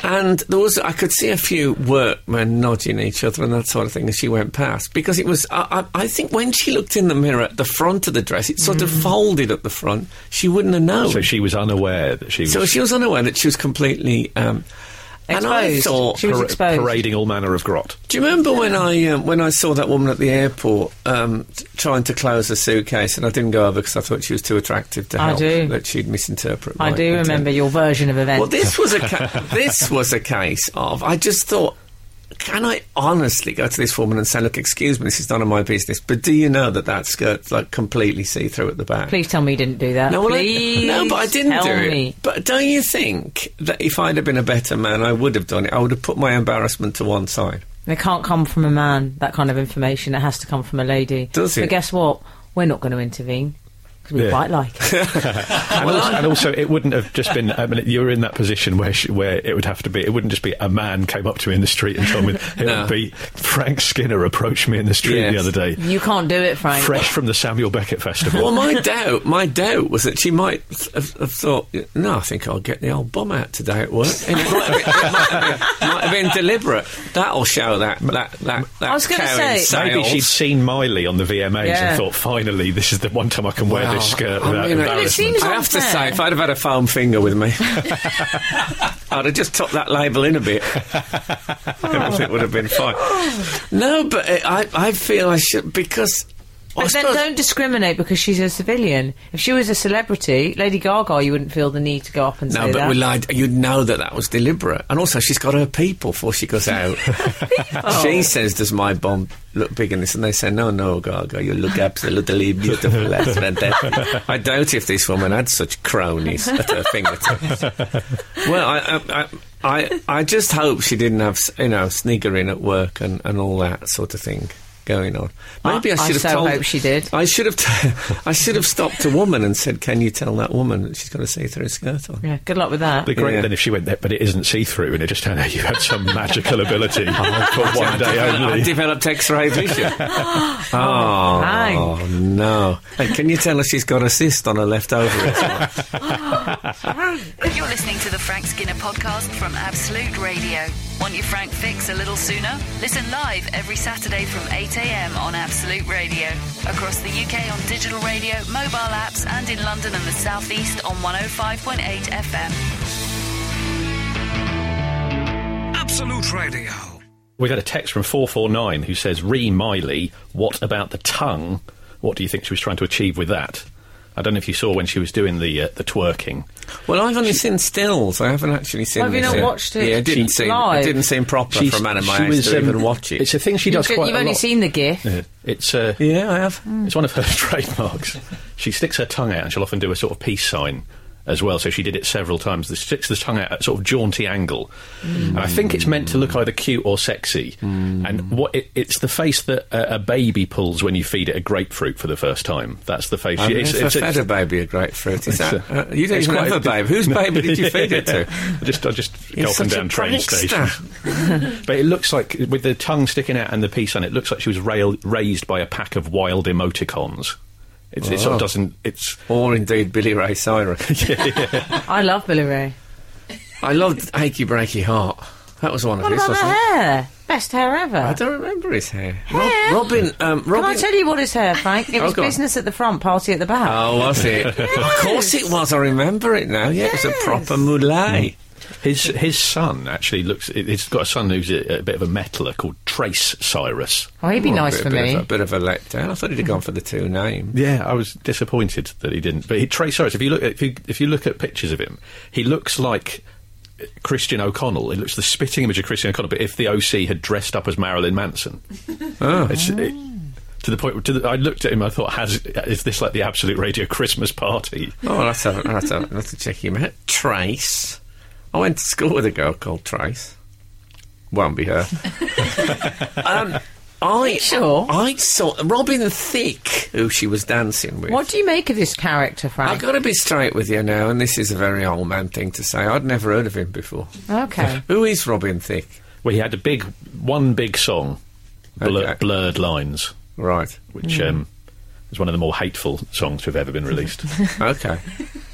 S2: and there was I could see a few workmen nodding each other and that sort of thing as she went past because it was I, I, I think when she looked in the mirror at the front of the dress, it sort of
S4: Mm.
S2: folded at the front. She wouldn't have known.
S3: So she was unaware that she was,
S2: So she was unaware that she was completely. Um, and I
S4: Exposed.
S2: thought
S4: She was
S3: par-
S4: exposed.
S3: parading all manner of grot.
S2: Do you remember when I um, when I saw that woman at the airport um, t- trying to close a suitcase, and I didn't go over because I thought she was too attractive to
S4: I
S2: help.
S4: do.
S2: That she'd misinterpret.
S4: I
S2: my
S4: do
S2: intent.
S4: remember your version of events.
S2: Well, this was a ca- this was a case of I just thought, can I honestly go to this woman and say, look, excuse me, this is none of my business, but do you know that that skirt's like completely see through at the back?
S4: Please tell me you didn't do that.
S2: No, well, I-
S4: Please
S2: no, but I didn't
S4: tell
S2: do it.
S4: me.
S2: But don't you think that if I'd have been a better man, I would have done it? I would have put my embarrassment to one side.
S4: It can't come from a man, that kind of information. It has to come from a lady.
S2: Does it?
S4: But guess what? We're not going to intervene because we
S3: Yeah.
S4: quite like it.
S3: And, also, and also, it wouldn't have just been. I mean, you were in that position where she, where it would have to be. It wouldn't just be a man came up to me in the street and told me. It
S2: No.
S3: would be Frank Skinner approached me in the street the
S2: Yes.
S3: other day,
S4: you can't do it, Frank.
S3: fresh from the Samuel Beckett Festival.
S2: well, my doubt, my doubt was that she might have, have thought, no, I think I'll get the old bum out today at work. And it might have been, it might have been, might have been deliberate. That'll show that that that. that
S4: I was gonna
S2: cow in
S4: say-
S2: sales.
S3: Maybe she'd seen Miley on the VMAs
S4: Yeah.
S3: and thought, finally, this is the one time I can wear
S2: Wow.
S3: this skirt
S2: Oh, I
S3: without
S2: mean,
S3: embarrassment.
S4: it seems
S2: I have to
S4: unfair.
S2: say, if I'd have had a foam finger with me, I'd have just tucked that label in a bit. Everything would have been fine. No, but it, I, I feel I should because. I
S4: But then
S2: suppose-
S4: don't discriminate because she's a civilian. If she was a celebrity, Lady Gaga, you wouldn't feel the need to go up and
S2: No,
S4: say
S2: but
S4: that.
S2: we lied. You'd know that that was deliberate. And also, she's got her people before she goes out.
S4: Oh.
S2: She says, "Does my bomb look big in this?" And they say, "No, no, Gaga, you look absolutely beautiful. That's fantastic." I doubt if this woman had such cronies at her fingertips. well, I, I, I, I, I just hope she didn't have, s- you know, sniggering at work and, and all that sort of thing. going on. Maybe I,
S4: I
S2: should have
S4: so
S2: told.
S4: hope she did.
S2: I should have. T- I should have stopped a woman and said, "Can you tell that woman that she's got a see-through skirt on?"
S4: Yeah, good luck with that.
S3: Be great
S2: Yeah.
S3: then if she went there, but it isn't see through, and it just turned out you had some magical ability for one day
S2: Oh, I
S3: only.
S2: developed X-ray vision. oh,
S4: Hank.
S2: no! And can you tell her she's got a cyst on her left ovary?
S1: You're listening to the Frank Skinner podcast from Absolute Radio. Want your Frank fix a little sooner? Listen live every Saturday from 8 a.m. on Absolute Radio. Across the UK on digital radio, mobile apps, and in London and the South East on 105.8 FM.
S6: Absolute Radio.
S3: We got a text from 449 who says, Re Miley, what about the tongue? What do you think she was trying to achieve with that? I don't know if you saw when she was doing the uh, the twerking.
S2: Well, I've only seen stills. I haven't actually seen.
S4: Have you
S2: this
S4: not
S2: yet.
S4: watched it
S2: Yeah, it didn't seem. It
S4: live?
S2: didn't seem proper
S3: She's-
S2: for a man of my
S3: she
S2: age to
S3: um,
S2: even watch it.
S3: It's a thing she does
S4: You've
S3: quite a
S4: only
S3: lot.
S4: seen the GIF.
S3: Yeah. It's uh,
S2: yeah, I have.
S3: It's one of her trademarks. She sticks her tongue out and she'll often do a sort of peace sign as well. So she did it several times. She sticks the tongue out at a sort of jaunty angle. And I think it's meant to look either cute or sexy. And what it, it's the face that a, a baby pulls when you feed it a grapefruit for the first time. That's the face.
S2: I
S3: she-
S2: mean, if I fed a baby a grapefruit, is that, uh, you don't
S3: it's
S2: even
S3: quite
S2: have a baby. Whose baby did you feed it to?
S3: I just, I just
S2: You're
S3: go up and
S2: such a
S3: down train
S2: prankster.
S3: stations. But it looks like, with the tongue sticking out and the peace on it, looks like she was rail- raised by a pack of wild emoticons. It's, It sort
S2: Oh.
S3: of doesn't. It's
S2: Or indeed Billy Ray Cyrus.
S4: I love Billy Ray.
S2: I loved Achy Breaky Heart. That was one of
S4: What
S2: his,
S4: about
S2: wasn't
S4: her
S2: it?
S4: hair? Best hair ever.
S2: I don't remember his hair.
S4: Hair?
S2: Rob, Robin, um, Robin.
S4: Can I tell you what is hair, Frank? It
S2: Oh,
S4: was
S2: go on.
S4: business at the front, party at the back.
S2: Oh, was it? Of course it was. I remember it now. Yeah, it was a
S4: Yes.
S2: proper moulay.
S3: his his son actually looks. it- It's got a son who's a, a bit of a metaller called Trace Cyrus.
S4: Oh, he'd be
S2: Well, a
S4: nice
S2: bit-
S4: for
S2: bit
S4: me.
S2: Of a, bit of a letdown. I thought he'd have gone for the two names.
S3: Yeah, I was disappointed that he didn't. But he, Trace Cyrus, if you look at, if you, if you look at pictures of him, he looks like. Christian O'Connell. He looks the spitting image of Christian O'Connell. But if the OC had dressed up as Marilyn Manson, It's- it- to the point. To the, I looked at him. I thought, has is this like the Absolute Radio Christmas party?
S2: Oh, let's have, a- let's, have, a- let's check him out. Trace. I went to school with a girl called Trace. Won't be her. um, I
S4: sure?
S2: I saw Robin Thicke, who she was dancing with.
S4: What do you make of this character,
S2: I've
S4: Frank?
S2: got to be straight with you now, and this is a very old man thing to say. I'd never heard of him before.
S4: okay.
S2: Who is Robin Thicke?
S3: Well, he had a big one big song, Blur,
S2: Okay.
S3: Blurred Lines,
S2: Right.
S3: which um, is one of the more hateful songs to have ever been released.
S2: Okay.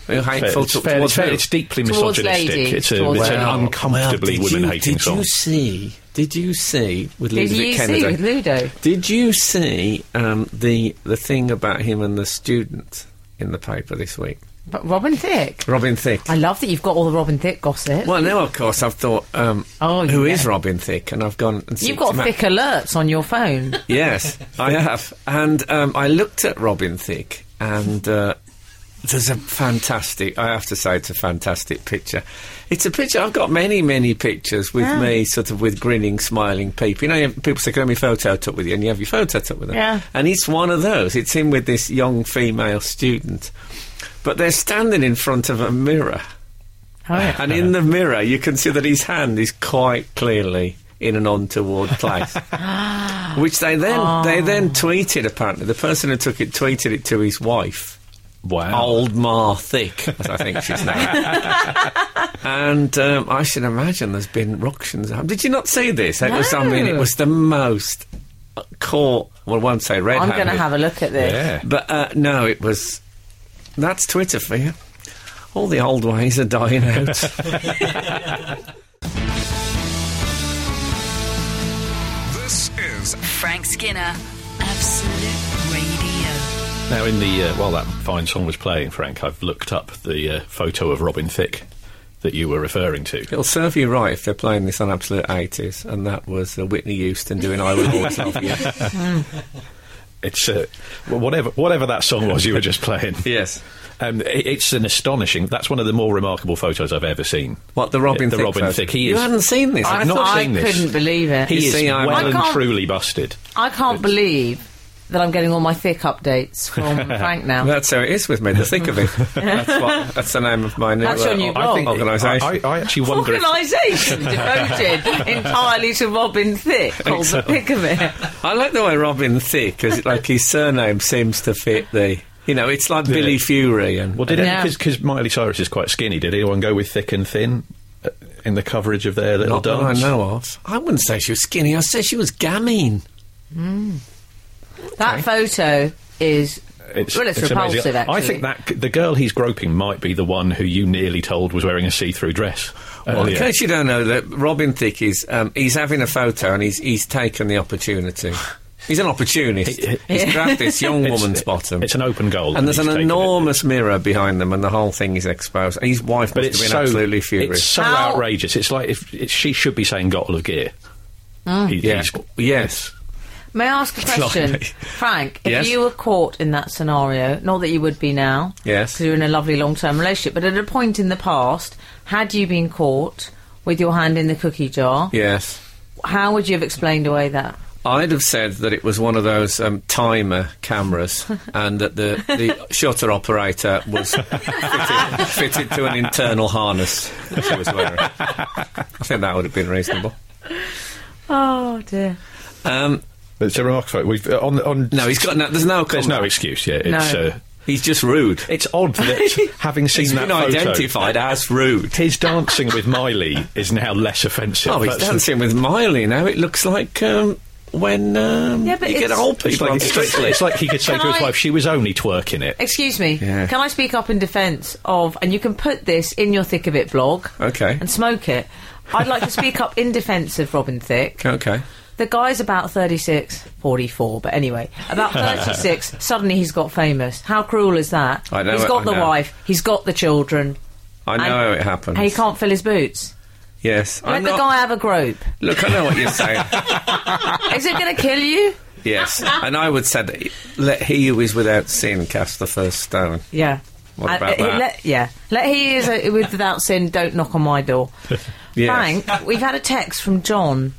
S2: Who
S3: Fair-
S2: hateful
S3: it's,
S2: to,
S3: fair- it's
S2: towards
S3: fair-
S2: who?
S3: it's deeply
S4: Towards
S3: misogynistic.
S4: ladies,
S3: It's, a,
S4: towards
S3: it's an
S4: Well,
S3: uncomfortably
S2: well, did
S3: women
S2: you-
S3: hating
S2: did
S3: song.
S2: you see? Did you see with
S4: Did
S2: Ludovic
S4: you
S2: Kennedy?
S4: see with Ludo?
S2: Did you see um, the the thing about him and the student in the paper this week?
S4: But Robin Thicke.
S2: Robin Thicke.
S4: I love that you've got all the Robin Thicke gossip.
S2: well, now of course I've thought, um,
S4: Oh,
S2: who
S4: yeah.
S2: is Robin Thicke? And I've gone and
S4: You've
S2: seeked
S4: got
S2: him out.
S4: thick alerts on your phone.
S2: Yes, I have. And um, I looked at Robin Thicke, and uh, there's a fantastic, I have to say, it's a fantastic picture. It's a picture, I've got many, many pictures with me, sort of with grinning, smiling people. You know, you have- people say, Can I have my photo took with you? And you have your photo took with them.
S4: Yeah.
S2: And it's one of those. It's him with this young female student. But they're standing in front of a mirror.
S4: Oh, yeah.
S2: And in the mirror, you can see that his hand is quite clearly in an untoward place. Which they then they then tweeted. Apparently, the person who took it tweeted it to his wife,
S4: Oh.
S3: Wow.
S2: old Mar Thick, as I think she's named. and um, I should imagine there's been ructions. up. Did you not see this? It was. I mean, it
S4: No.
S2: was the most caught. Well, I won't say red.
S4: I'm going to have a look at this.
S3: Yeah.
S2: But uh, no, it was. That's Twitter for you. All the old ways are dying out.
S6: This is
S1: Frank Skinner, Absolute Radio.
S3: Now, in the uh, while that fine song was playing, Frank, I've looked up the uh, photo of Robin Thicke that you were referring to.
S2: It'll serve you right if they're playing this on Absolute 80s, and that was uh, Whitney Houston doing I Will Always Love You.
S3: It's uh, well, whatever whatever that song was you were just playing.
S2: Yes.
S3: Um, i it's an astonishing. That's one of the more remarkable photos I've ever seen.
S2: What, the Robin
S3: Yeah, the
S2: Thicke
S3: Robin
S2: photo?
S3: Thicke, he
S2: you
S3: is-
S2: hadn't seen this?
S4: I,
S3: I've not
S4: I
S3: seen this.
S4: couldn't believe it.
S3: He
S2: You
S3: is
S2: see, I'm-
S3: well
S2: I
S3: and
S4: can't-
S3: truly busted.
S4: I can't believe that I'm getting all my thick updates from Frank now.
S2: That's how it is with me. The thick of it. that's, what, that's the name of my new, uh,
S4: That's your new
S2: o-
S4: blog.
S2: organisation.
S3: I, I actually wonder. If,
S4: organisation devoted entirely to Robin Thicke called the pick of it.
S2: I like the way Robin Thicke, because like his surname seems to fit the. You know, it's like Billy Fury and
S3: well, did
S4: Yeah.
S3: because Miley Cyrus is quite skinny? Did anyone go with thick and thin uh, in the coverage of their little
S2: not that I
S3: dance?
S2: know of. I wouldn't say she was skinny. I said she was gamming.
S4: That photo is well, it's, repulsive.
S3: amazing.
S4: Actually,
S3: I think that c- the girl he's groping might be the one who you nearly told was wearing a see-through dress.
S2: Well, in
S3: earlier.
S2: case you don't know, that Robin Thicke is um, he's having a photo and he's he's taken the opportunity. He's an opportunist. he's grabbed this young
S3: It's-
S2: woman's bottom.
S3: It's an open goal,
S2: and there's
S3: he's
S2: an
S3: taken it.
S2: enormous mirror behind them, and the whole thing is exposed. His wife
S3: But
S2: must
S3: it's
S2: have
S3: so
S2: been absolutely
S3: It's
S2: furious.
S3: so
S4: How-
S3: outrageous. It's like if it's, she should be saying "got all of gear." He-
S2: Yeah.
S3: he's-
S2: Yes.
S4: May I ask a question,
S2: Blimey.
S4: Frank? If
S2: Yes?
S4: you were caught in that scenario, not that you would be now,
S2: Yes.
S4: because you're in a lovely long-term relationship, but at a point in the past, had you been caught with your hand in the cookie jar,
S2: Yes.
S4: how would you have explained away that?
S2: I'd have said that it was one of those um, timer cameras, and that the, the shutter operator was fitted, fitted to an internal harness that she was wearing. I think that would have been reasonable.
S4: Oh dear.
S2: Um,
S3: It's a remarkable. We've uh, on on.
S2: no, he's got no, there's no
S3: There's
S2: comment.
S3: no excuse. Yeah, it's
S4: No.
S3: uh,
S2: He's just rude.
S3: it's odd that having seen
S2: He's
S3: that
S2: been
S3: photo,
S2: identified as rude.
S3: his dancing with Miley is now less offensive.
S2: Oh, he's
S3: That's the-
S2: dancing with Miley now. It looks like um, when um,
S4: Yeah, but
S2: you get
S4: it's-
S2: old
S3: It's
S2: people on
S3: like, it's,
S2: Strictly.
S3: it's like he could say to
S4: Can
S3: his
S4: I-
S3: wife, "She was only twerking it."
S4: Excuse me.
S2: Yeah.
S4: Can I speak up in defence of, and you can put this in your thick of it blog,
S2: Okay.
S4: and smoke it. I'd like to speak up in defence of Robin Thicke.
S2: Okay.
S4: The guy's about 36, 44, but anyway, about 36, suddenly he's got famous. How cruel is that?
S2: I know
S4: he's
S2: it,
S4: got
S2: I
S4: the
S2: know.
S4: wife, he's got the children,
S2: I know
S4: And-
S2: how it happens.
S4: and he can't fill his boots.
S2: yes.
S4: Let
S2: I'm
S4: the
S2: not-
S4: guy have a grope.
S2: Look, I know what you're saying.
S4: Is it going to kill you?
S2: yes. And I would say, that, let he who is without sin cast the first stone.
S4: Yeah.
S2: What
S4: Uh,
S2: about
S4: uh,
S2: that?
S4: Let, yeah. Let he is uh, without sin, don't knock on my door.
S2: Yes.
S4: Frank, we've had a text from John.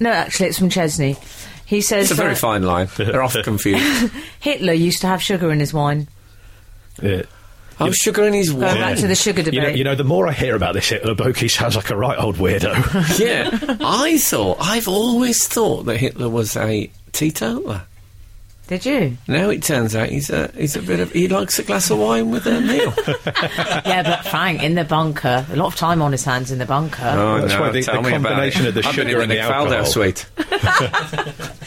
S4: No, actually, it's from Chesney. He says
S2: It's a very
S4: uh,
S2: fine line. They're often confused.
S4: Hitler used to have sugar in his wine.
S3: Yeah.
S2: Oh, sugar in his
S4: Going
S2: wine.
S4: back to the sugar debate.
S3: You know, you know, the more I hear about this Hitler bloke, he sounds like a right old weirdo.
S2: Yeah. I thought, I've always thought that Hitler was a teetotaler.
S4: Did you?
S2: Now it turns out he's a he's a bit of he likes a glass of wine with a meal.
S4: yeah, but Frank in the bunker, a lot of time on his hands in the bunker.
S2: Oh.
S3: That's why the- the combination of the
S2: I've been
S3: sugar
S2: in
S3: and
S2: the
S3: the alcohol.
S2: sweet.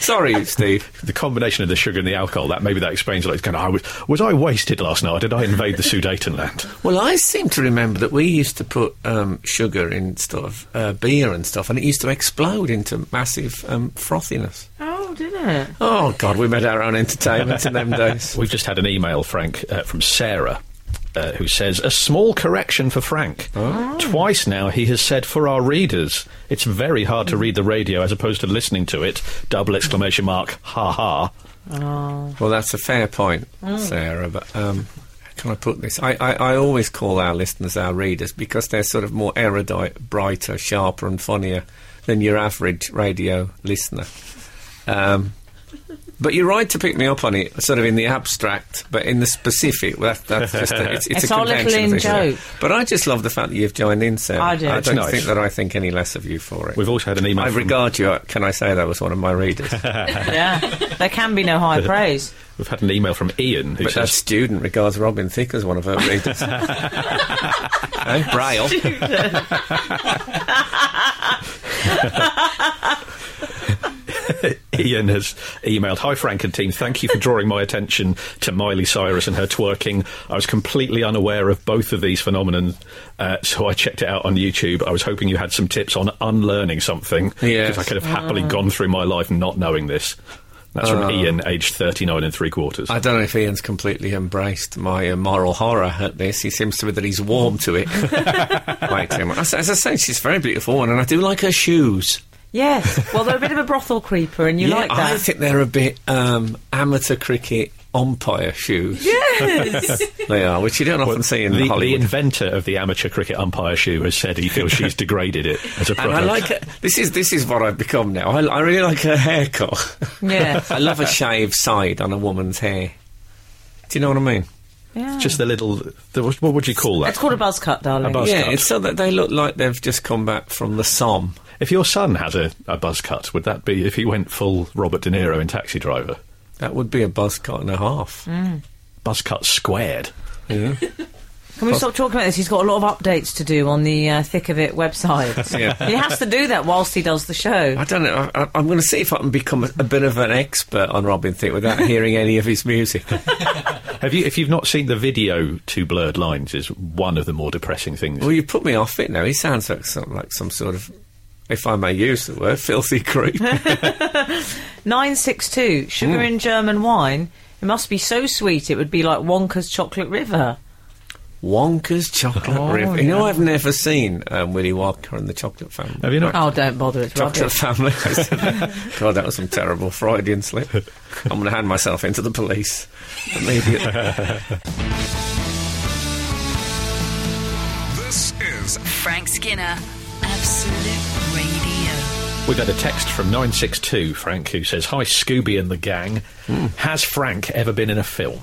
S2: Sorry, Steve.
S3: the combination of the sugar and the alcohol, that maybe that explains it. It's kind of, I was, was I wasted last night? Did I invade the Sudetenland?
S2: Well, I seem to remember that we used to put um, sugar in stuff, uh, beer and stuff, and it used to explode into massive um, frothiness.
S4: Oh, did it?
S2: Oh God, we made our own entertainment in them days.
S3: We've just had an email, Frank, uh, from Sarah, uh, who says a small correction for Frank.
S4: Oh.
S3: Twice now he has said for our readers. It's very hard to read the radio as opposed to listening to it. Double exclamation mark! Ha ha!
S2: Well, that's a fair point,
S4: Mm.
S2: Sarah. But um, how can I put this? I, I, I always call our listeners our readers because they're sort of more erudite, brighter, sharper, and funnier than your average radio listener. Um, but you're right to pick me up on it, sort of in the abstract, but in the specific. Well, that, that's just a, it's, it's
S4: It's
S2: a
S4: our little
S2: convention
S4: in
S2: thing, isn't it?
S4: joke.
S2: But I just love the fact that you've joined in, Sarah.
S4: I do.
S2: I
S4: It's
S2: don't
S3: nice.
S2: think that I think any less of you for it.
S3: We've also had an email.
S2: I
S3: from-
S2: regard you. uh, Can I say that was one of my readers?
S4: yeah. There can be no high praise.
S3: We've had an email from Ian who
S2: But that
S3: says.
S2: student regards Robin Thicke as one of her readers. Eh, Braille.
S3: Ian has emailed, Hi Frank and team, thank you for drawing my attention to Miley Cyrus and her twerking. I was completely unaware of both of these phenomenon, uh, so I checked it out on YouTube. I was hoping you had some tips on unlearning something, because
S2: Yes.
S3: I could have happily gone through my life not knowing this. That's from Ian, aged 39 and three quarters.
S2: Ah. I don't know if Ian's completely embraced my uh, moral horror at this. He seems to be that he's warm to it. Way too much. As, as I say, she's a very beautiful woman, and I do like her shoes.
S4: Yes. Well, they're a bit of a brothel creeper, and you
S2: Yeah,
S4: like
S2: I
S4: that.
S2: think they're a bit um, amateur cricket umpire shoes. they are, which you don't often see in
S3: the, the
S2: Hollywood.
S3: inventor of the amateur cricket umpire shoe has said he feels she's degraded it as a
S2: and
S3: product.
S2: I like her, this is this is what I've become now. I, I really like her haircut.
S4: Yeah.
S2: I love a shaved side on a woman's hair. Do you know what I mean?
S4: Yeah.
S3: just the little. The, what would you call that?
S4: it's called a buzz cut, darling.
S3: A buzz-
S2: yeah,
S3: cut.
S2: it's so that they look like they've just come back from the Somme.
S3: If your son had a, a buzz cut, would that be if he went full Robert De Niro in Taxi Driver?
S2: That would be a buzz cut and a half.
S3: Buzz cut squared.
S2: Yeah.
S4: Can we stop talking about this? He's got a lot of updates to do on the uh, Thick of It website.
S2: Yeah.
S4: He has to do that whilst he does the show.
S2: I don't know. I, I, I'm going to see if I can become a, a bit of an expert on Robin Thicke without hearing any of his music.
S3: Have you? If you've not seen the video to Blurred Lines, is one of the more depressing things.
S2: Well, you put me off it now. He sounds like some, like some sort of, if I may use the word, filthy creep.
S4: 962, sugar in German wine. It must be so sweet it would be like Wonka's Chocolate River.
S2: Wonka's Chocolate
S4: Oh,
S2: River. You know,
S4: yeah.
S2: I've never seen um, Willy Wonka and the Chocolate Family.
S3: Have you not?
S4: Oh, don't bother, it's
S2: Chocolate
S4: rubbish.
S2: Family. God, that was some terrible Freudian slip. I'm going to hand myself into the police immediately.
S6: This is
S1: Frank Skinner, Absolute Radio.
S3: We've had a text from 962, Frank, who says, Hi, Scooby and the gang.
S2: Hmm.
S3: Has Frank ever been in a film?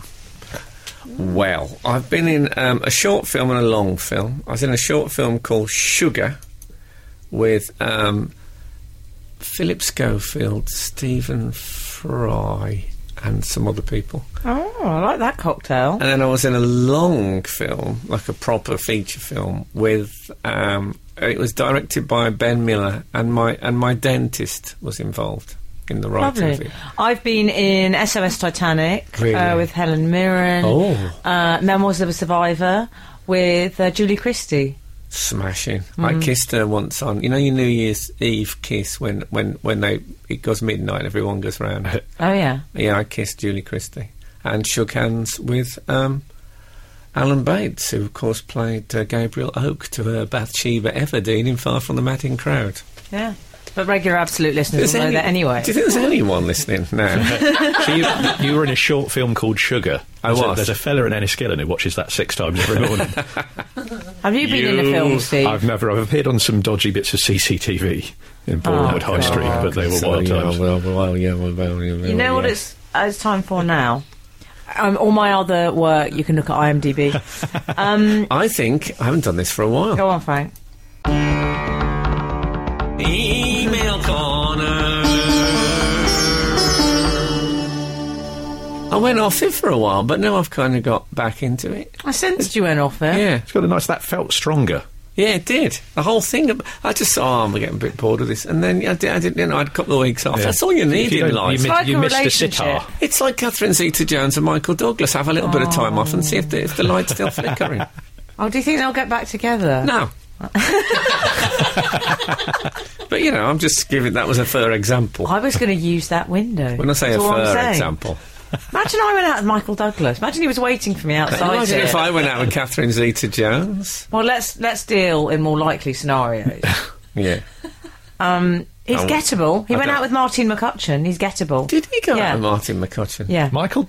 S2: well, I've been in um, a short film and a long film. I was in a short film called Sugar with um, Philip Schofield, Stephen Fry, and some other people.
S4: Oh, I like that cocktail.
S2: And then I was in a long film, like a proper feature film, with um, it was directed by Ben Miller, and my and my dentist was involved in the writing of
S4: Lovely.
S2: it.
S4: I've been in SOS Titanic
S2: Really?
S4: uh, with Helen Mirren.
S2: Oh.
S4: Uh, Memoirs of a Survivor with uh, Julie Christie.
S2: Smashing! I kissed her once on you know your New Year's Eve kiss when when when they it goes midnight, everyone goes round.
S4: Oh, yeah.
S2: yeah, I kissed Julie Christie and shook hands with. Um, Alan Bates, who of course played uh, Gabriel Oak to her Bathsheba Everdeen in Far From the Madding Crowd.
S4: Yeah. But regular absolute listeners will know that anyway.
S2: Do you think there's anyone listening now?
S3: So you, you were in a short film called Sugar.
S2: I
S3: There's a-
S2: was.
S3: there's a fella in Enniskillen who watches that six times every morning.
S4: Have you been in a film, Steve?
S3: I've never. I've appeared on some dodgy bits of CCTV in Broadwood High Street, but they were
S2: Oh, So,
S3: wild
S2: yeah,
S3: times.
S2: well, well, yeah, well, well, yeah, well,
S4: You know what
S2: yeah.
S4: it's uh, it's time for now. Um, all my other work you can look at IMDb.
S2: I think I haven't done this for a while.
S4: Go on, Frank.
S2: Email corner. I went off it for a while, but now I've kind of got back into it.
S4: I sensed you went off there.
S2: Yeah,
S3: It's got a nice. That felt stronger.
S2: yeah, it did. The whole thing. ab- I just saw oh, I'm getting a bit bored of this, and then I did. I did you know, I had a couple of weeks off.
S3: Yeah.
S2: That's all you
S3: If
S2: need
S3: you
S2: in
S3: don't-
S2: life.
S3: You, mi-
S4: like
S3: you
S4: a
S3: missed a
S4: relationship.
S3: sitar.
S2: It's like Catherine Zeta-Jones and Michael Douglas. Have a little bit of time off and see if the, if the light's still flickering.
S4: Oh, do you think they'll get back together?
S2: No. but you know, I'm just giving that was a fair example.
S4: I was going to use that window.
S2: When I say
S4: That's
S2: a
S4: all I'm
S2: fair
S4: saying.
S2: example,
S4: Imagine I went out with Michael Douglas. Imagine he was waiting for me outside.
S2: imagine
S4: here.
S2: if I went out with Catherine Zeta-Jones.
S4: Well, let's let's deal in more likely scenarios.
S2: Yeah.
S4: He's
S2: Oh,
S4: gettable. He
S2: I
S4: went
S2: don't-
S4: out with Martin McCutcheon. He's gettable.
S2: Did he go
S4: Yeah.
S2: out with Martin McCutcheon?
S4: yeah,
S3: Michael,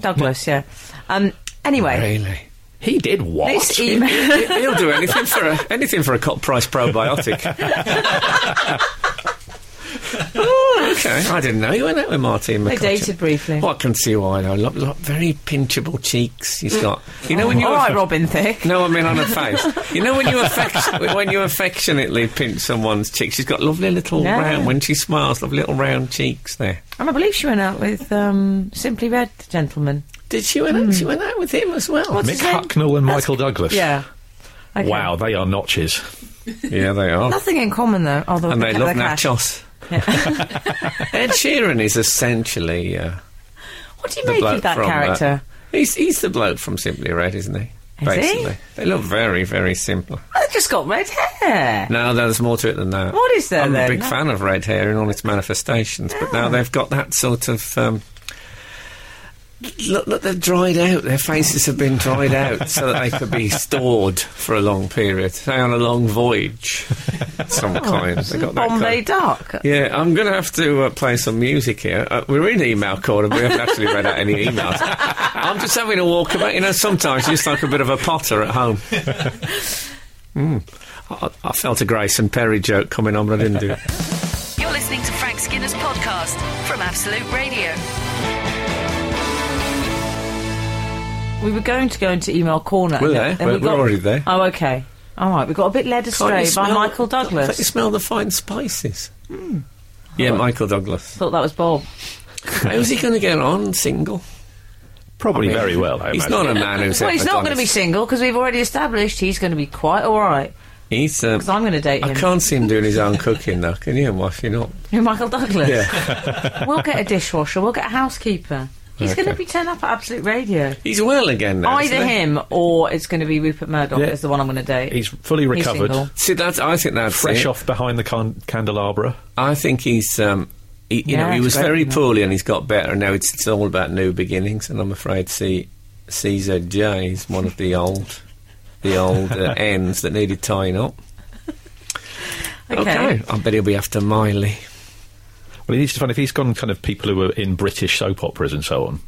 S4: Douglas. Yeah. Um. Anyway,
S2: Really?
S3: he did what?
S4: this email.
S2: He- He'll do anything for a, anything for a cop price probiotic. Oh, okay. I didn't know he went out with Martin McCutcheon.
S4: They dated briefly.
S2: Well, I can see why though. Lo- lo- very pinchable cheeks he's got. You know when you
S4: Mm. all
S2: were-
S4: right, Robin Thicke.
S2: No, I mean on her face. You know when you affection- when you affectionately pinch someone's cheek, she's got lovely little
S4: Yeah.
S2: round when she smiles, lovely little round cheeks there.
S4: And I believe she went out with um, Simply Red gentleman.
S2: Did she
S4: Hmm.
S2: went out, she went out with him as well?
S4: What's
S3: Mick
S4: his name?
S3: Hucknall and Michael Douglas.
S4: Yeah. Okay.
S3: Wow, they are notches.
S2: Yeah, they are.
S4: Nothing in common though. Although
S2: And they
S4: the,
S2: love
S4: the Clash.
S2: nachos. Ed Sheeran is essentially uh,
S4: What do you
S2: the
S4: make
S2: bloke
S4: of that
S2: from, uh,
S4: character?
S2: he's he's the bloke from Simply Red, isn't he?
S4: he?
S2: Basically, they look very very simple.
S4: They've just got red hair.
S2: No, there's more to it than that.
S4: What is there
S2: I'm
S4: then? Ah.
S2: a big fan of red hair in all its manifestations, but now they've got that sort of. Um, look, look, they're dried out. Their faces have been dried out so that they could be stored for a long period, say on a long voyage. some kind. They got that
S4: Oh, Bombay
S2: kind.
S4: duck.
S2: Yeah, I'm going to have to uh, play some music here. Uh, we're in email corner, but we haven't actually read out any emails. I'm just having a walk about. You know, sometimes you're just like a bit of a potter at home. mm. I, I felt a Grayson Perry joke coming on, but I didn't do it.
S1: You're listening to Frank Skinner's podcast from Absolute Radio.
S4: We were going to go into email corner.
S2: Were
S4: and
S2: they?
S4: then
S2: We're-
S4: we got-
S2: we're already there.
S4: Oh, okay. All right, we got a bit led
S2: Can't
S4: astray
S2: you
S4: by
S2: smell-
S4: Michael
S2: Can't you
S4: Douglas. Hmm.
S2: smell the fine spices? Yeah, Michael Douglas.
S4: Thought that was Bob.
S2: How's he going to get on single?
S3: Probably very well. I
S2: He's
S3: imagine.
S2: not a man who's.
S4: well, he's not going to be
S2: Adonis.
S4: single because we've already established he's going to be quite all right.
S2: He's. Um,
S4: Because I'm going to date
S2: I
S4: him.
S2: can't see him doing his own cooking though. Can you, wife? You're not.
S4: Who, Michael Douglas.
S2: Yeah.
S4: we'll get a dishwasher. We'll get a housekeeper. He's going
S2: Okay.
S4: to be turned up at Absolute Radio.
S2: He's well again now.
S4: Either
S2: isn't he?
S4: him or it's going to be Rupert Murdoch
S3: Yeah.
S4: is the one I'm going to date.
S3: He's fully
S4: He's
S3: recovered,
S4: single.
S2: See, that's. I think that's
S3: fresh
S2: it.
S3: off behind the can- candelabra.
S2: I think he's. Um, he, you know,
S4: Yeah,
S2: he
S4: it's
S2: was
S4: great,
S2: very
S4: isn't it?
S2: poorly and he's got better. and Now it's, it's all about new beginnings, and I'm afraid C, CZJ is one of the old, the old uh, ends that needed tying up.
S4: okay.
S2: I bet he'll be after Miley.
S3: Well, he needs to find if he's gone kind of people who are in British soap operas and so on.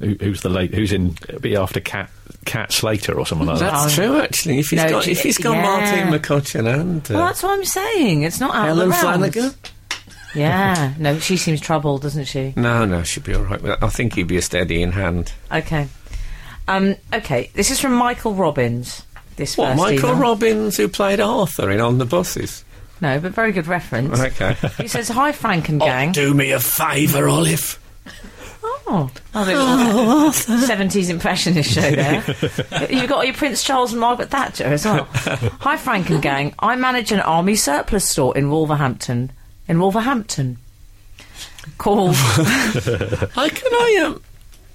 S3: Who, who's the late? Who's in? it'd Be after Cat Cat Slater or someone like that.
S2: That's true, actually. If he's
S4: Oh. No,
S2: got,
S4: she-
S2: if he's got
S4: yeah.
S2: Martin McCutcheon and uh,
S4: Well, that's what I'm saying. It's not out
S2: Helen
S4: of the realms.
S2: Flanagan.
S4: Yeah. No, she seems troubled, doesn't she?
S2: No, no, she'd be all right. with that. I think he'd be a steady in hand.
S4: Okay. Um, okay. This is from Michael Robbins. This
S2: What,
S4: first
S2: Michael
S4: email.
S2: Robbins, who played Arthur in On the Buses?
S4: No, but very good reference.
S2: Okay. Oh,
S4: He says, "Hi, Frank and gang."
S2: do me a favour, Olive.
S4: Oh, oh, seventies impressionist show there. You've got your Prince Charles and Margaret Thatcher as well. Hi, Frank and gang. I manage an army surplus store in Wolverhampton. In Wolverhampton, called
S2: I can I um,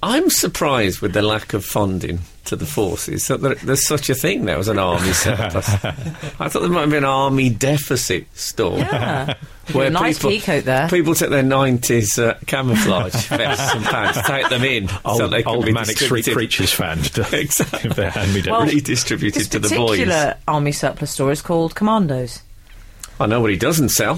S2: I'm surprised with the lack of funding to the forces. That there, there's such a thing now as an army surplus. I thought there might be an army deficit store.
S4: Yeah. nice peacoat there.
S2: People took their 90s uh, camouflage vests and pants, take them in
S3: Old,
S2: so they could
S3: old
S2: be
S3: Manic Street
S2: distributed-
S3: Preachers fan.
S2: Exactly.
S3: If they're hand-me-downs.
S4: Well,
S2: redistributed
S4: this
S2: to the boys.
S4: particular army surplus store is called Commandos.
S2: I know what he doesn't sell.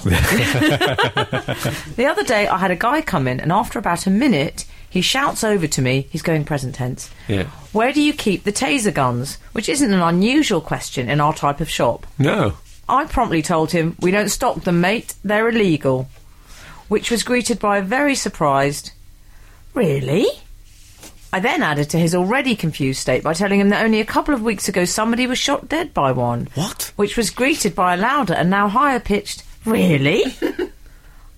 S4: The other day, I had a guy come in, and after about a minute, he shouts over to me. He's going present tense.
S2: Yeah.
S4: Where do you keep the taser guns? Which isn't an unusual question in our type of shop.
S2: no.
S4: I promptly told him, We don't stock them, mate. They're illegal. Which was greeted by a very surprised, Really? I then added to his already confused state by telling him that only a couple of weeks ago somebody was shot dead by one.
S2: What?
S4: Which was greeted by a louder and now higher pitched, Really?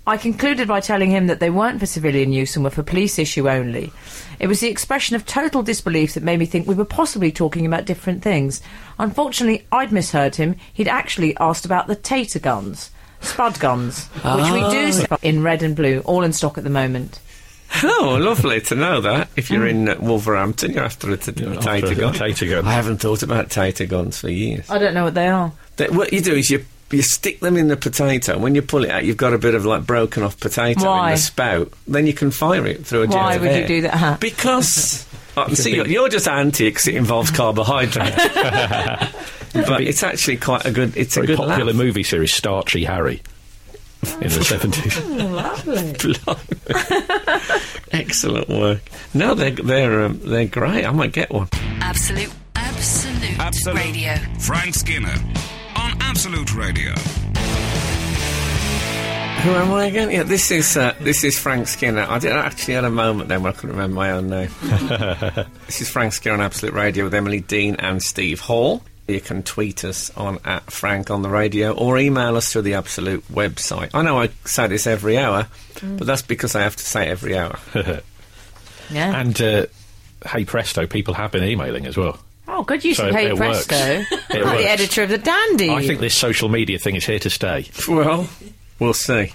S4: I concluded by telling him that they weren't for civilian use and were for police issue only. It was the expression of total disbelief that made me think we were possibly talking about different things. Unfortunately, I'd misheard him. He'd actually asked about the tater guns, spud guns, which we do sell in red and blue, all in stock at the moment.
S2: Oh, lovely to know that. If you're in uh, Wolverhampton, you're after a, t- a
S3: Mm. after
S2: tater
S3: a
S2: gun.
S3: tater gun.
S2: I haven't thought about tater guns for years.
S4: I don't know what they are.
S2: That- what you do is you you stick them in the potato, and when you pull it out, you've got a bit of like broken off potato in
S4: Why?
S2: the spout. Then you can fire it through a jet
S4: Why
S2: of
S4: would you
S2: air.
S4: do that?
S2: Because. I can see, you're, you're just anti because it involves carbohydrate. but it's actually quite a good. It's a
S3: Very
S2: good
S3: popular
S2: laugh.
S3: movie series, Starchy Harry, in the seventies.
S4: Oh, Lovely.
S2: Excellent work. No, they're they're um, they're great. I might get one.
S1: Absolute, absolute,
S6: Absolute.
S1: radio.
S6: Frank Skinner on Absolute Radio.
S2: Who am I again? Yeah, this is uh, this is Frank Skinner. I did I actually had a moment then where I couldn't remember my own name. this is Frank Skinner on Absolute Radio with Emily Dean and Steve Hall. You can tweet us on at Frank on the Radio or email us through the Absolute website. I know I say this every hour,
S4: Mm.
S2: but that's because I have to say it every hour.
S4: Yeah.
S3: and uh, hey presto, people have been emailing as well.
S4: oh, good use
S3: So
S4: of
S3: it-
S4: Hey
S3: it works.
S4: Presto.
S3: It
S4: Like
S3: works.
S4: the editor of the Dandy.
S3: I think this social media thing is here to stay.
S2: well, we'll see.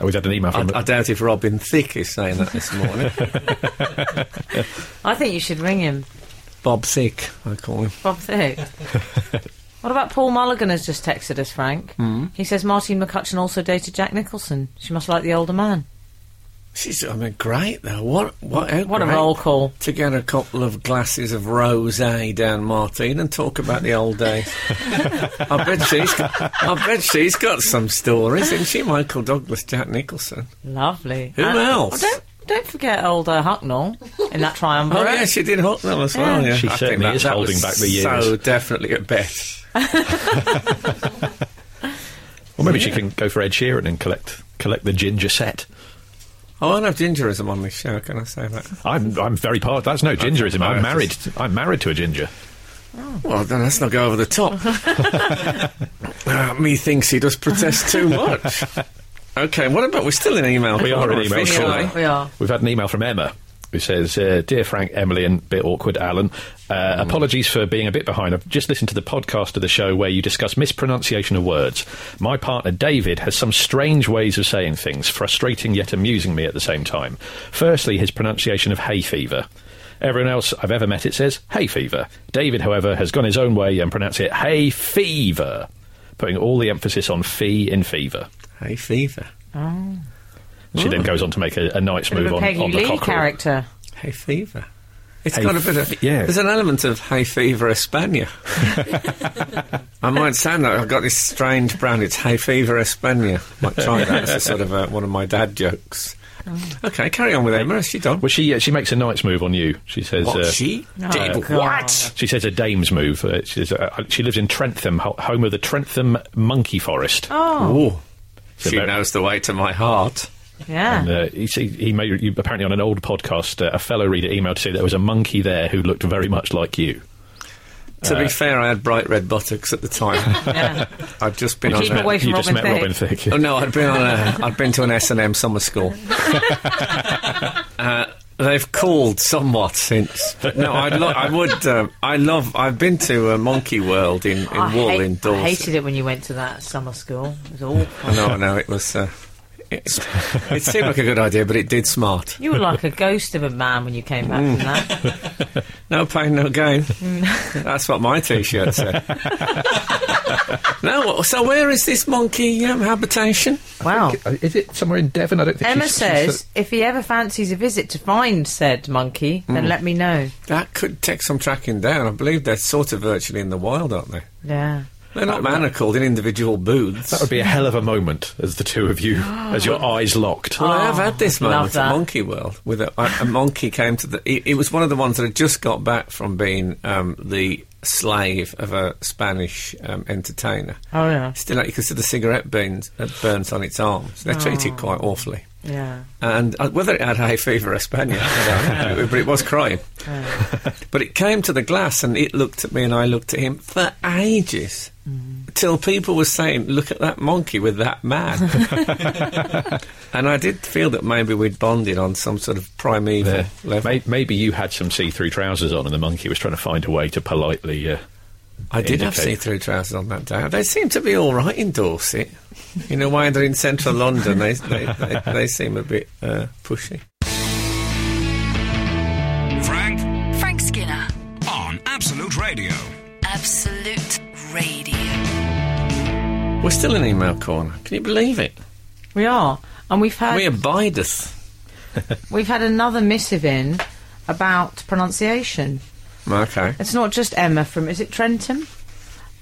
S3: Uh, We've had an email
S2: I,
S3: from
S2: I doubt if Robin Thicke is saying that this morning.
S4: I think you should ring him,
S2: Bob Thicke, I call him.
S4: Bob Thicke. what about Paul Mulligan has just texted
S3: Hmm?
S4: us, Frank? He says Martin McCutcheon also dated Jack Nicholson. She must like the older man.
S2: She's, I mean, great though. What, what, how
S4: What a
S2: great
S4: roll call.
S2: To get a couple of glasses of rosé down Martine and talk about the old days. I bet she's, got, I bet she's got some stories, isn't she? Michael Douglas, Jack Nicholson.
S4: Lovely. Uh,
S2: Who else?
S4: Don't, don't forget old uh, Hucknall in that triumvirate.
S2: Oh yeah, she did Hucknall as well.
S4: Yeah.
S2: Yeah,
S3: She
S2: I think
S3: certainly
S2: that-
S3: is
S2: that
S3: holding
S2: was
S3: back
S2: So
S3: the years.
S2: definitely at best.
S3: Or maybe she can go for Ed Sheeran and collect collect the ginger set.
S2: Oh, I won't have gingerism on this show. Can I say that?
S3: I'm I'm very part. That's no gingerism. I'm
S2: embarrassed.
S3: married. I'm married to a ginger.
S2: Well, then let's not go over the top. uh, me thinks he does protest too much. Okay, what about we're still in email?
S3: We are in email
S2: Officially.
S3: corner.
S4: We are.
S3: We've had an email from Emma who says, uh, "Dear Frank, Emily, and bit awkward Alan, uh,
S4: Mm.
S3: apologies for being a bit behind. I've just listened to the podcast of the show where you discuss mispronunciation of words. My partner David has some strange ways of saying things, frustrating yet amusing me at the same time. Firstly, his pronunciation of hay fever." Everyone else I've ever met, it says hay fever. David, however, has gone his own way and pronounced it hay fever, putting all the emphasis on fee in fever.
S2: Hey, fever.
S3: She then goes on to make a, a nice
S4: Hmm. Bit of
S3: move
S4: a
S3: on,
S4: Peggy
S3: on the
S4: Lee
S3: cockerel.
S4: character.
S2: Hay fever. It's
S3: Hay
S2: got a bit of
S3: fe- yeah.
S2: There's an element of hay fever Espana. I might sound like I've got this strange brand. It's hay fever Espana. Might try that as a sort of uh, one of my dad jokes.
S4: Mm.
S2: Okay, carry on with Emma. Is she done?
S3: Well, she uh, she makes a nice move on you. She says
S2: What
S3: uh,
S2: she
S4: Oh,
S2: did?
S4: God.
S2: What?
S3: She says a dame's move. Uh, she, says, uh, she lives in Trentham, ho- home of the Trentham Monkey Forest.
S4: Oh,
S2: Oh,
S3: So
S2: she
S3: there-
S2: knows the way to my heart.
S4: yeah.
S3: And, uh, he, he- he made you, apparently on an old podcast. Uh, a fellow reader emailed to say there was a monkey there who looked very much like you. Uh,
S2: To be fair, I had bright red buttocks at the time.
S4: yeah.
S2: I'd just been
S4: You
S2: on.
S4: keep
S2: a-
S4: away from
S3: you just
S4: Robin
S3: met
S4: Thicke.
S3: Robin Thicke.
S2: Oh, no, I'd been on a, I'd been to an S and M summer school. uh, they've cooled somewhat since, but no, I, lo- I would. Um, I love. I've been to uh, Monkey World in in
S4: I,
S2: Wall
S4: hate-
S2: in
S4: I
S2: Dorset.
S4: hated it when you went to that summer school. It was awful.
S2: I know, I know. It was. Uh, it, it seemed like a good idea, but it did smart.
S4: You were like a ghost of a man when you came back
S3: Hmm.
S4: from that.
S2: No pain, no gain.
S4: Mm.
S2: That's what my T-shirt said. no, so where is this monkey um, habitation?
S4: Wow.
S3: Oh, Is it somewhere in Devon? I don't think
S4: Emma says, if he ever fancies a visit to find said monkey, then let me know.
S2: That could take some tracking down. I believe they're sort of virtually in the wild, aren't they?
S4: Yeah.
S2: They're not manacled in individual booths.
S3: that would be a hell of a moment as the two of you, as your eyes locked.
S2: well, I
S4: Oh,
S2: have had this
S4: I'd love
S2: moment at
S4: that.
S2: Monkey World with a, a, a monkey came to the. It, it was one of the ones that had just got back from being um, the slave of a Spanish um, entertainer.
S4: Oh, yeah.
S2: Still, like you could see the cigarette burns, uh, burns on its arms. They're
S4: Oh.
S2: treated quite awfully.
S4: Yeah.
S2: And uh, whether it had hay fever or Spaniard, I don't know, but it was crying. but it came to the glass and it looked at me and I looked at him for ages. Till people were saying, look at that monkey with that man. and I did feel that maybe we'd bonded on some sort of primeval
S3: There.
S2: level.
S3: May- Maybe you had some see-through trousers on, and the monkey was trying to find a way to politely. Uh,
S2: I did have see
S3: indicate-
S2: through trousers on that day. They seem to be all right in Dorset. In a way, they're in central London. They, they, they, they seem a bit uh, pushy.
S6: Frank
S1: Frank Skinner,
S6: on Absolute Radio.
S1: Absolute Radio.
S2: We're still in email corner. Can you believe it?
S4: We are. And we've had
S2: We abideth.
S4: we've had another missive in about pronunciation.
S2: Okay.
S4: It's not just Emma from, is it Trenton?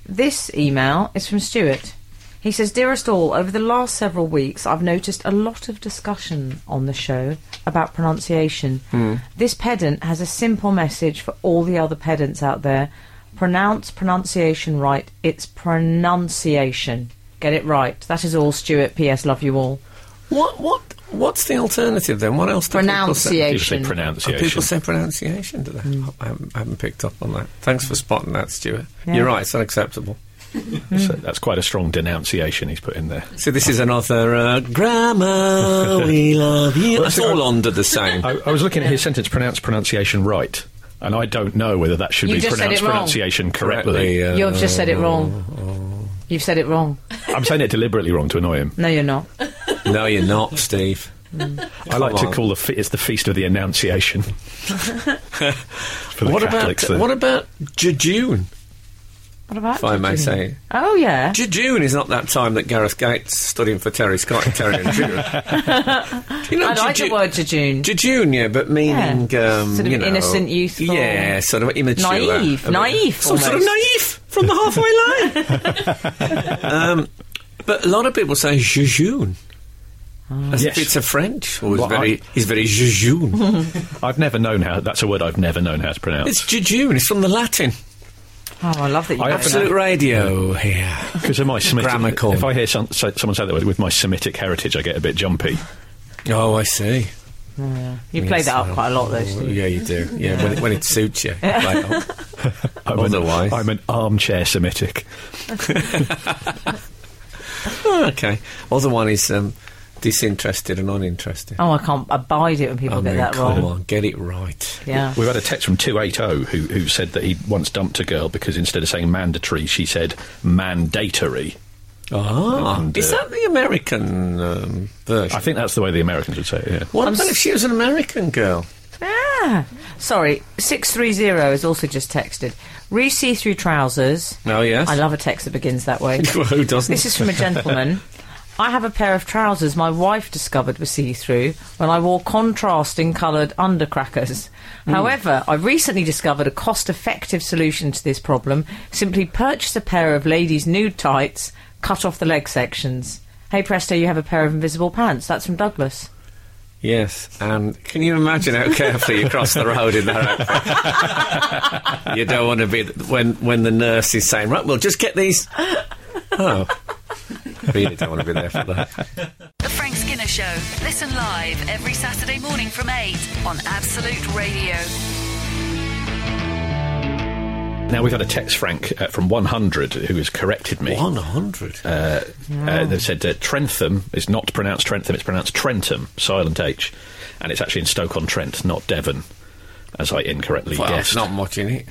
S4: This email is from Stuart. He says, Dearest all, over the last several weeks, I've noticed a lot of discussion on the show about pronunciation.
S2: Hmm.
S4: This pedant has a simple message for all the other pedants out there pronounce pronunciation right. It's pronunciation. Get it right. That is all, Stuart. P.S. Love you all.
S2: What what what's the alternative then? What else do people say?
S4: Pronunciation. Hmm.
S3: people say
S2: Oh,
S3: pronunciation.
S2: People say pronunciation, do they? Oh, I, haven't, I haven't picked up on that. Thanks for spotting that, Stuart.
S4: Yeah.
S2: You're right, it's unacceptable.
S3: So that's quite a strong denunciation he's put in there.
S2: So this is another uh, grammar, we love you. That's all under the same.
S3: I, I was looking at his sentence, pronounce pronunciation right, and I don't know whether that should
S4: You
S3: be
S4: just said
S3: pronounced
S4: it wrong.
S3: pronunciation correctly.
S2: Correctly, uh,
S4: You've just said it wrong. You've said it wrong.
S3: I'm saying it deliberately wrong to annoy him.
S4: No, you're not.
S2: no, you're not, Steve.
S3: Hmm. I like
S2: on.
S3: to call the fe- it's the feast of the Annunciation. For the
S2: What about
S3: Catholics, uh, there.
S2: what about jejune?
S4: What about
S2: if I may
S4: jejune?
S2: say.
S4: Oh, yeah.
S2: Jejune is not that time that Gareth Gates stood in for Terry Scott and Terry and June. you know,
S4: I like
S2: jeju-
S4: the word jejune.
S2: Jejune, yeah, but meaning
S4: Yeah.
S2: um,
S4: Sort of
S2: you know,
S4: innocent, youthful.
S2: yeah, sort of immature,
S4: Naive,
S2: I mean,
S4: naive
S2: some sort of
S4: almost.
S2: naive from the halfway line. um, but a lot of people say jejune.
S4: Ah.
S2: As
S3: Yes.
S2: if it's a French, or
S3: Well,
S2: it's very, it's very jejune.
S3: I've never known how. That's a word I've never known how to pronounce.
S2: it's jejune. It's from the Latin.
S4: Oh, I love that you
S3: I
S4: know
S3: often Oh,
S4: that.
S2: Absolute radio here.
S3: Because of my Semitic,
S2: Grammar corn.
S3: if I hear some, so, someone say that word with my Semitic heritage, I get a bit jumpy.
S2: Oh, I see.
S4: You play that up quite a lot, though.
S2: Oh,
S4: Steve.
S2: Yeah, you do. Yeah, When, it, when it suits you. you play it up.
S3: I'm
S2: Otherwise.
S3: an, I'm an armchair Semitic.
S2: Oh, okay. Other one is um, disinterested and uninterested.
S4: Oh, I can't abide it when people
S2: I
S4: get
S2: mean,
S4: that
S2: Oh, come
S4: wrong.
S2: on, get it right.
S4: Yeah.
S3: We've had a text from 280 who, who said that he once dumped a girl because instead of saying mandatory, she said mandatory.
S2: Ah,
S3: And,
S2: is
S3: uh,
S2: that the American um, version?
S3: I think that's the way the Americans would say it, yeah.
S2: what about if she was an American girl?
S4: Ah, sorry. Six three zero is also just texted. Re see through trousers.
S2: Oh, yes.
S4: I love a text that begins that way.
S2: Well, who doesn't?
S4: This is from a gentleman. I have a pair of trousers my wife discovered were see through when I wore contrasting coloured undercrackers.
S2: Hmm.
S4: However, I recently discovered a cost effective solution to this problem. Simply purchase a pair of ladies' nude tights, cut off the leg sections. Hey presto, you have a pair of invisible pants. That's from Douglas.
S2: Yes, and can you imagine how carefully you cross the road in that outfit? you don't want to be when when the nurse is saying, "Right, we'll just get these." Oh, really don't want to be there for that.
S1: The Frank Skinner Show. Listen live every Saturday morning from 8 on Absolute Radio.
S3: Now, we've had a text, Frank, uh, from 100 who has corrected me.
S2: One hundred.
S3: Uh, uh, they said uh, Trentham is not pronounced Trentham, it's pronounced Trentham, silent H. And it's actually in Stoke-on-Trent, not Devon, as I incorrectly
S2: Well,
S3: guessed.
S2: it's not much in it.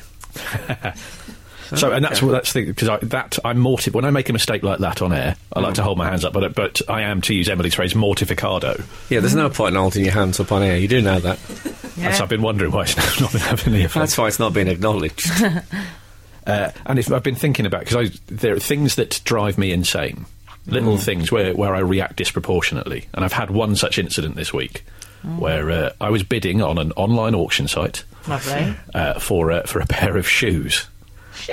S3: So, and that's what that's the because I, that I'm mortified when I make a mistake like that on air. I
S2: Mm.
S3: like to hold my hands up, but but I am to use Emily's phrase mortificado.
S2: Yeah, there's no point in holding your hands up on air. You do know that.
S3: And so I've been wondering why it's not been having the effect.
S2: That's why it's not being acknowledged.
S3: Oh, Uh, and if I've been thinking about because there are things that drive me insane,
S2: Mm.
S3: little things where where I react disproportionately, and I've had one such incident this week
S2: Mm.
S3: where uh, I was bidding on an online auction site.
S4: Lovely.
S3: uh, for uh, for a pair of shoes.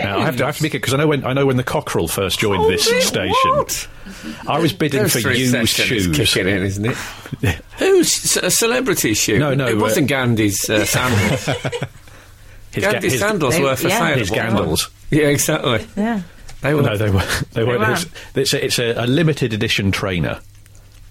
S3: Now, I have to, I have to be because I know when I know when the cockerel first joined this
S2: Holy
S3: station.
S2: Oh, what?
S3: I was bidding for
S2: Grocery
S3: used
S2: session is
S3: shoes.
S2: kicking in, isn't it? Who's a celebrity shoe?
S3: No, no,
S2: It
S3: uh,
S2: wasn't Gandhi's uh, sandals.
S3: His, ga-
S2: Gandhi's
S3: his-
S2: sandals
S4: They-
S2: were for
S4: yeah.
S2: sale.
S3: His
S2: at one
S3: gandals.
S2: point. Yeah, exactly.
S4: Yeah.
S2: They were.
S3: No, they were they were.
S4: were.
S3: It's, it's, a, it's a, a limited edition trainer.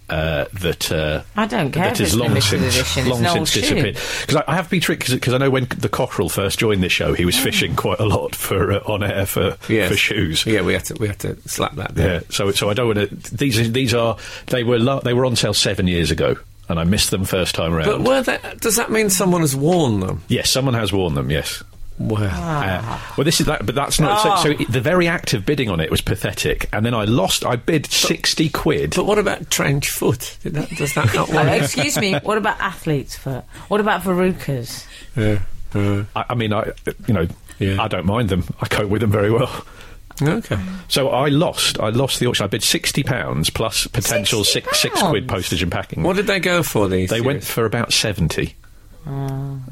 S3: Uh, that uh,
S4: I don't care
S3: That is
S4: if it's
S3: long
S4: limited
S3: since
S4: edition, it's
S3: long
S4: an old
S3: since
S4: shoe.
S3: disappeared. Because I, I have to be tricked because I know when the cockerel first joined this show, he
S4: Oh.
S3: was fishing quite a lot for uh, on air for
S2: Yes.
S3: for shoes.
S2: Yeah, we had to we had to slap that. Down.
S3: Yeah. So so I don't want to. These are- these are they were la- they were on sale seven years ago, and I missed them first time around.
S2: But were they, does that mean someone has worn them?
S3: yes, someone has worn them. Yes.
S2: Well,
S4: Ah.
S3: Uh,
S2: Ah.
S3: well, this is that, but that's not. So, so it- the very act of bidding on it was pathetic, and then I lost. I bid sixty quid.
S2: but what about trench foot? Did that, does that not
S4: Oh,
S2: work?
S4: excuse me. What about athlete's foot? What about verrucas?
S2: yeah. Uh,
S3: I, I mean, I you know,
S2: Yeah.
S3: I don't mind them. I cope with them very well.
S2: okay.
S3: So I lost. I lost the auction. I bid sixty pounds plus potential six six quid
S4: £60?
S3: postage and packing.
S2: What did they go for these?
S3: They went
S2: years?
S3: for about seventy.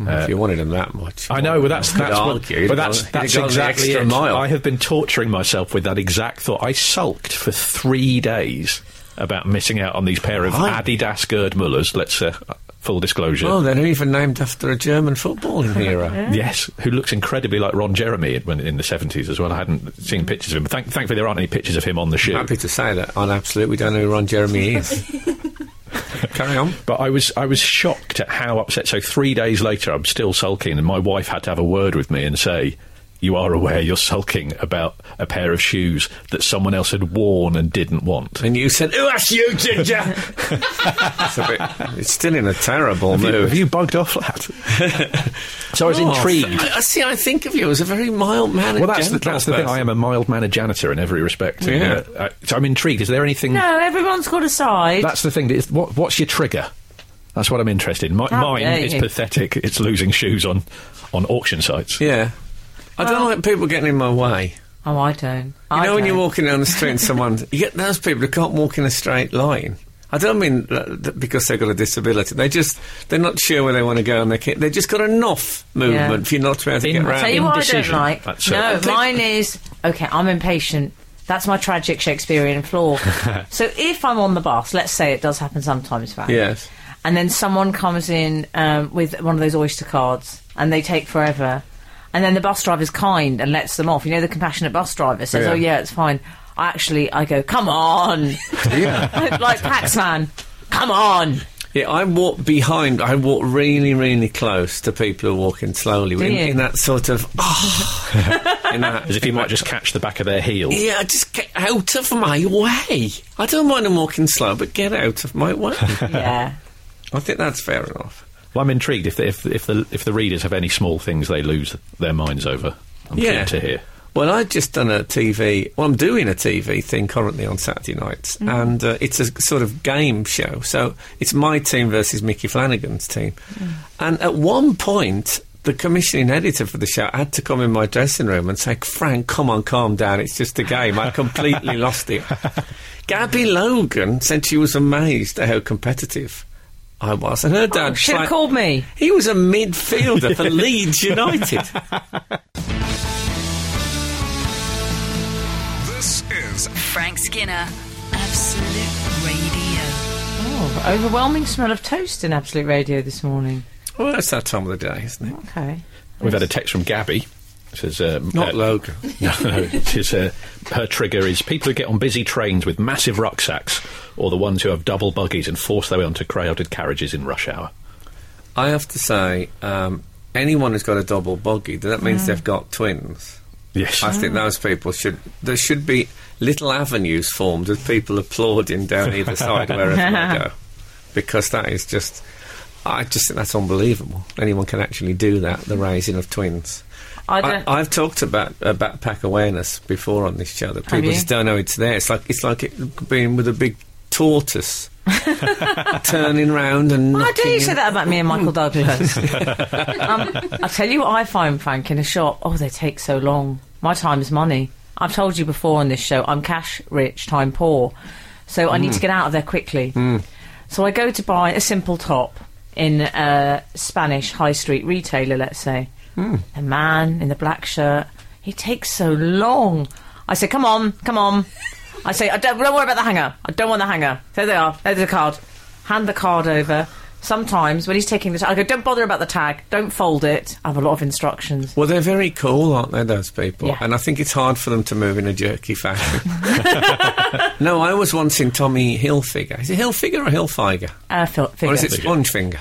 S2: if you wanted them that much.
S3: I know, but that's
S2: Could
S3: that's what-
S2: argue,
S3: but that's
S2: you'd
S3: that's
S2: go the
S3: exactly
S2: extra
S3: it.
S2: mile.
S3: I have been torturing myself with that exact thought. I sulked for three days about missing out on these pair of
S2: Right.
S3: Adidas Gerd Mullers. Let's uh, full disclosure.
S2: Oh, they're even named after a German footballing hero.
S3: Yes, who looks incredibly like Ron Jeremy in- when in the seventies as well. I hadn't seen pictures of him. Thank, thankfully, there aren't any pictures of him on the shoe.
S2: Happy to say that on Absolute, we don't know who Ron Jeremy is. Carry on.
S3: But I was I was shocked at how upset. So three days later, I'm still sulking, and my wife had to have a word with me and say, "You are aware you're sulking about a pair of shoes that someone else had worn and didn't want."
S2: And you said, "Who asked you, Ginger?" it's, a bit, it's still in a terrible
S3: Have you,
S2: mood.
S3: have you bugged off that? so I was
S2: Oh,
S3: intrigued.
S2: I, I see. I think of you as a very mild man.
S3: Well, that's the, that's the thing. I am a mild mannered janitor in every respect. and,
S2: Yeah.
S3: uh, I- so I'm intrigued. Is there anything?
S4: No, everyone's got a side.
S3: That's the thing. that is- what, what's your trigger? That's what I'm interested in. My,
S4: How
S3: mine
S4: dare
S3: is
S4: you.
S3: pathetic. It's losing shoes on on auction sites.
S2: Yeah, I don't like people getting in my way.
S4: oh, Oh, I don't. You
S2: You
S4: I
S2: know when you're
S4: don't.
S2: walking down the street and someone, you get those people who can't walk in a straight line. I don't mean that that because they've got a disability. They just they're not sure where they want to go, and they can, they just got enough movement for you not to be able to
S3: In-
S2: get
S3: I'll
S2: around.
S4: Tell you what
S3: Indecision.
S4: I don't like.
S3: That's it.
S4: No,
S3: Think-
S4: mine is okay. I'm impatient. That's my tragic Shakespearean flaw. so if I'm on the bus, let's say it does happen sometimes, Val.
S2: Yes.
S4: And then someone comes in um, with one of those Oyster cards, and they take forever. And then the bus driver's kind and lets them off. You know, the compassionate bus driver says,
S2: Yeah.
S4: "Oh yeah, it's fine." I actually, I go, "Come on!" like Paxman, "Come on!"
S2: Yeah, I walk behind. I walk really, really close to people who are walking slowly. In,
S4: you?
S2: in that sort of, oh, in that,
S3: As if you might just catch the back of their heel.
S2: yeah, just get out of my way. I don't mind them walking slow, but get out of my way.
S4: Yeah.
S2: I think that's fair enough.
S3: Well, I'm intrigued if the, if, if the if the readers have any small things they lose their minds over. I'm keen to hear.
S2: Well, I've just done a TV. Well, I'm doing a TV thing currently on Saturday nights,
S3: Mm.
S2: and uh, it's a sort of game show. So it's my team versus Mickey Flanagan's team.
S3: Mm.
S2: And at one point, the commissioning editor for the show had to come in my dressing room and say, "Frank, come on, calm down. It's just a game." I completely lost it. Gabby Logan said she was amazed at how competitive. I was, and her
S3: Oh,
S2: dad.
S4: should have
S2: tried-
S4: called me.
S2: He was a midfielder for Leeds United.
S6: This is
S1: Frank Skinner, Absolute Radio.
S4: Oh, overwhelming smell of toast in Absolute Radio this morning.
S2: well, that's that time of the day, isn't it?
S4: Okay.
S3: We've had a text from Gabby. It Says, um,
S2: Not
S3: uh,
S2: Logan.
S3: No, no. It says, uh, her trigger is people who get on busy trains with massive rucksacks, or the ones who have double buggies and force their way onto crowded carriages in rush hour.
S2: I have to say, um, anyone who's got a double buggy, that means they've got twins.
S3: Yes,
S2: I think those people should. There should be little avenues formed with people applauding down either side wherever they go, because that is just. I just think that's unbelievable. Anyone can actually do that. The raising of twins.
S4: I
S2: I,
S4: don't.
S2: I've talked about uh, backpack awareness before on this show that
S4: Have
S2: people
S4: you?
S2: just don't know it's there. It's like it's like it being with a big tortoise turning round and.
S4: Why do
S2: knocking
S4: you
S2: in-
S4: say that about me and Michael Douglas? um, I'll tell you what I find, Frank, in a shop. Oh, they take so long. My time is money. I've told you before on this show, I'm cash rich, time poor. So I need to get out of there quickly. So I go to buy a simple top in a Spanish high street retailer, let's say. The man in the black shirt, he takes so long. I say, come on, come on. I say, I don't, don't worry about the hanger. I don't want the hanger. There they are. There's the card. Hand the card over. Sometimes when he's taking the, I go, don't bother about the tag. Don't fold it. I have a lot of instructions.
S2: Well, they're very cool, aren't they, those people?
S4: Yeah.
S2: And I think it's hard for them to move in a jerky fashion. no, I was once in Tommy Hilfiger. Is it Hilfiger or Hilfiger?
S4: Uh, fil-
S2: Or
S4: figure.
S2: is it Spongefinger?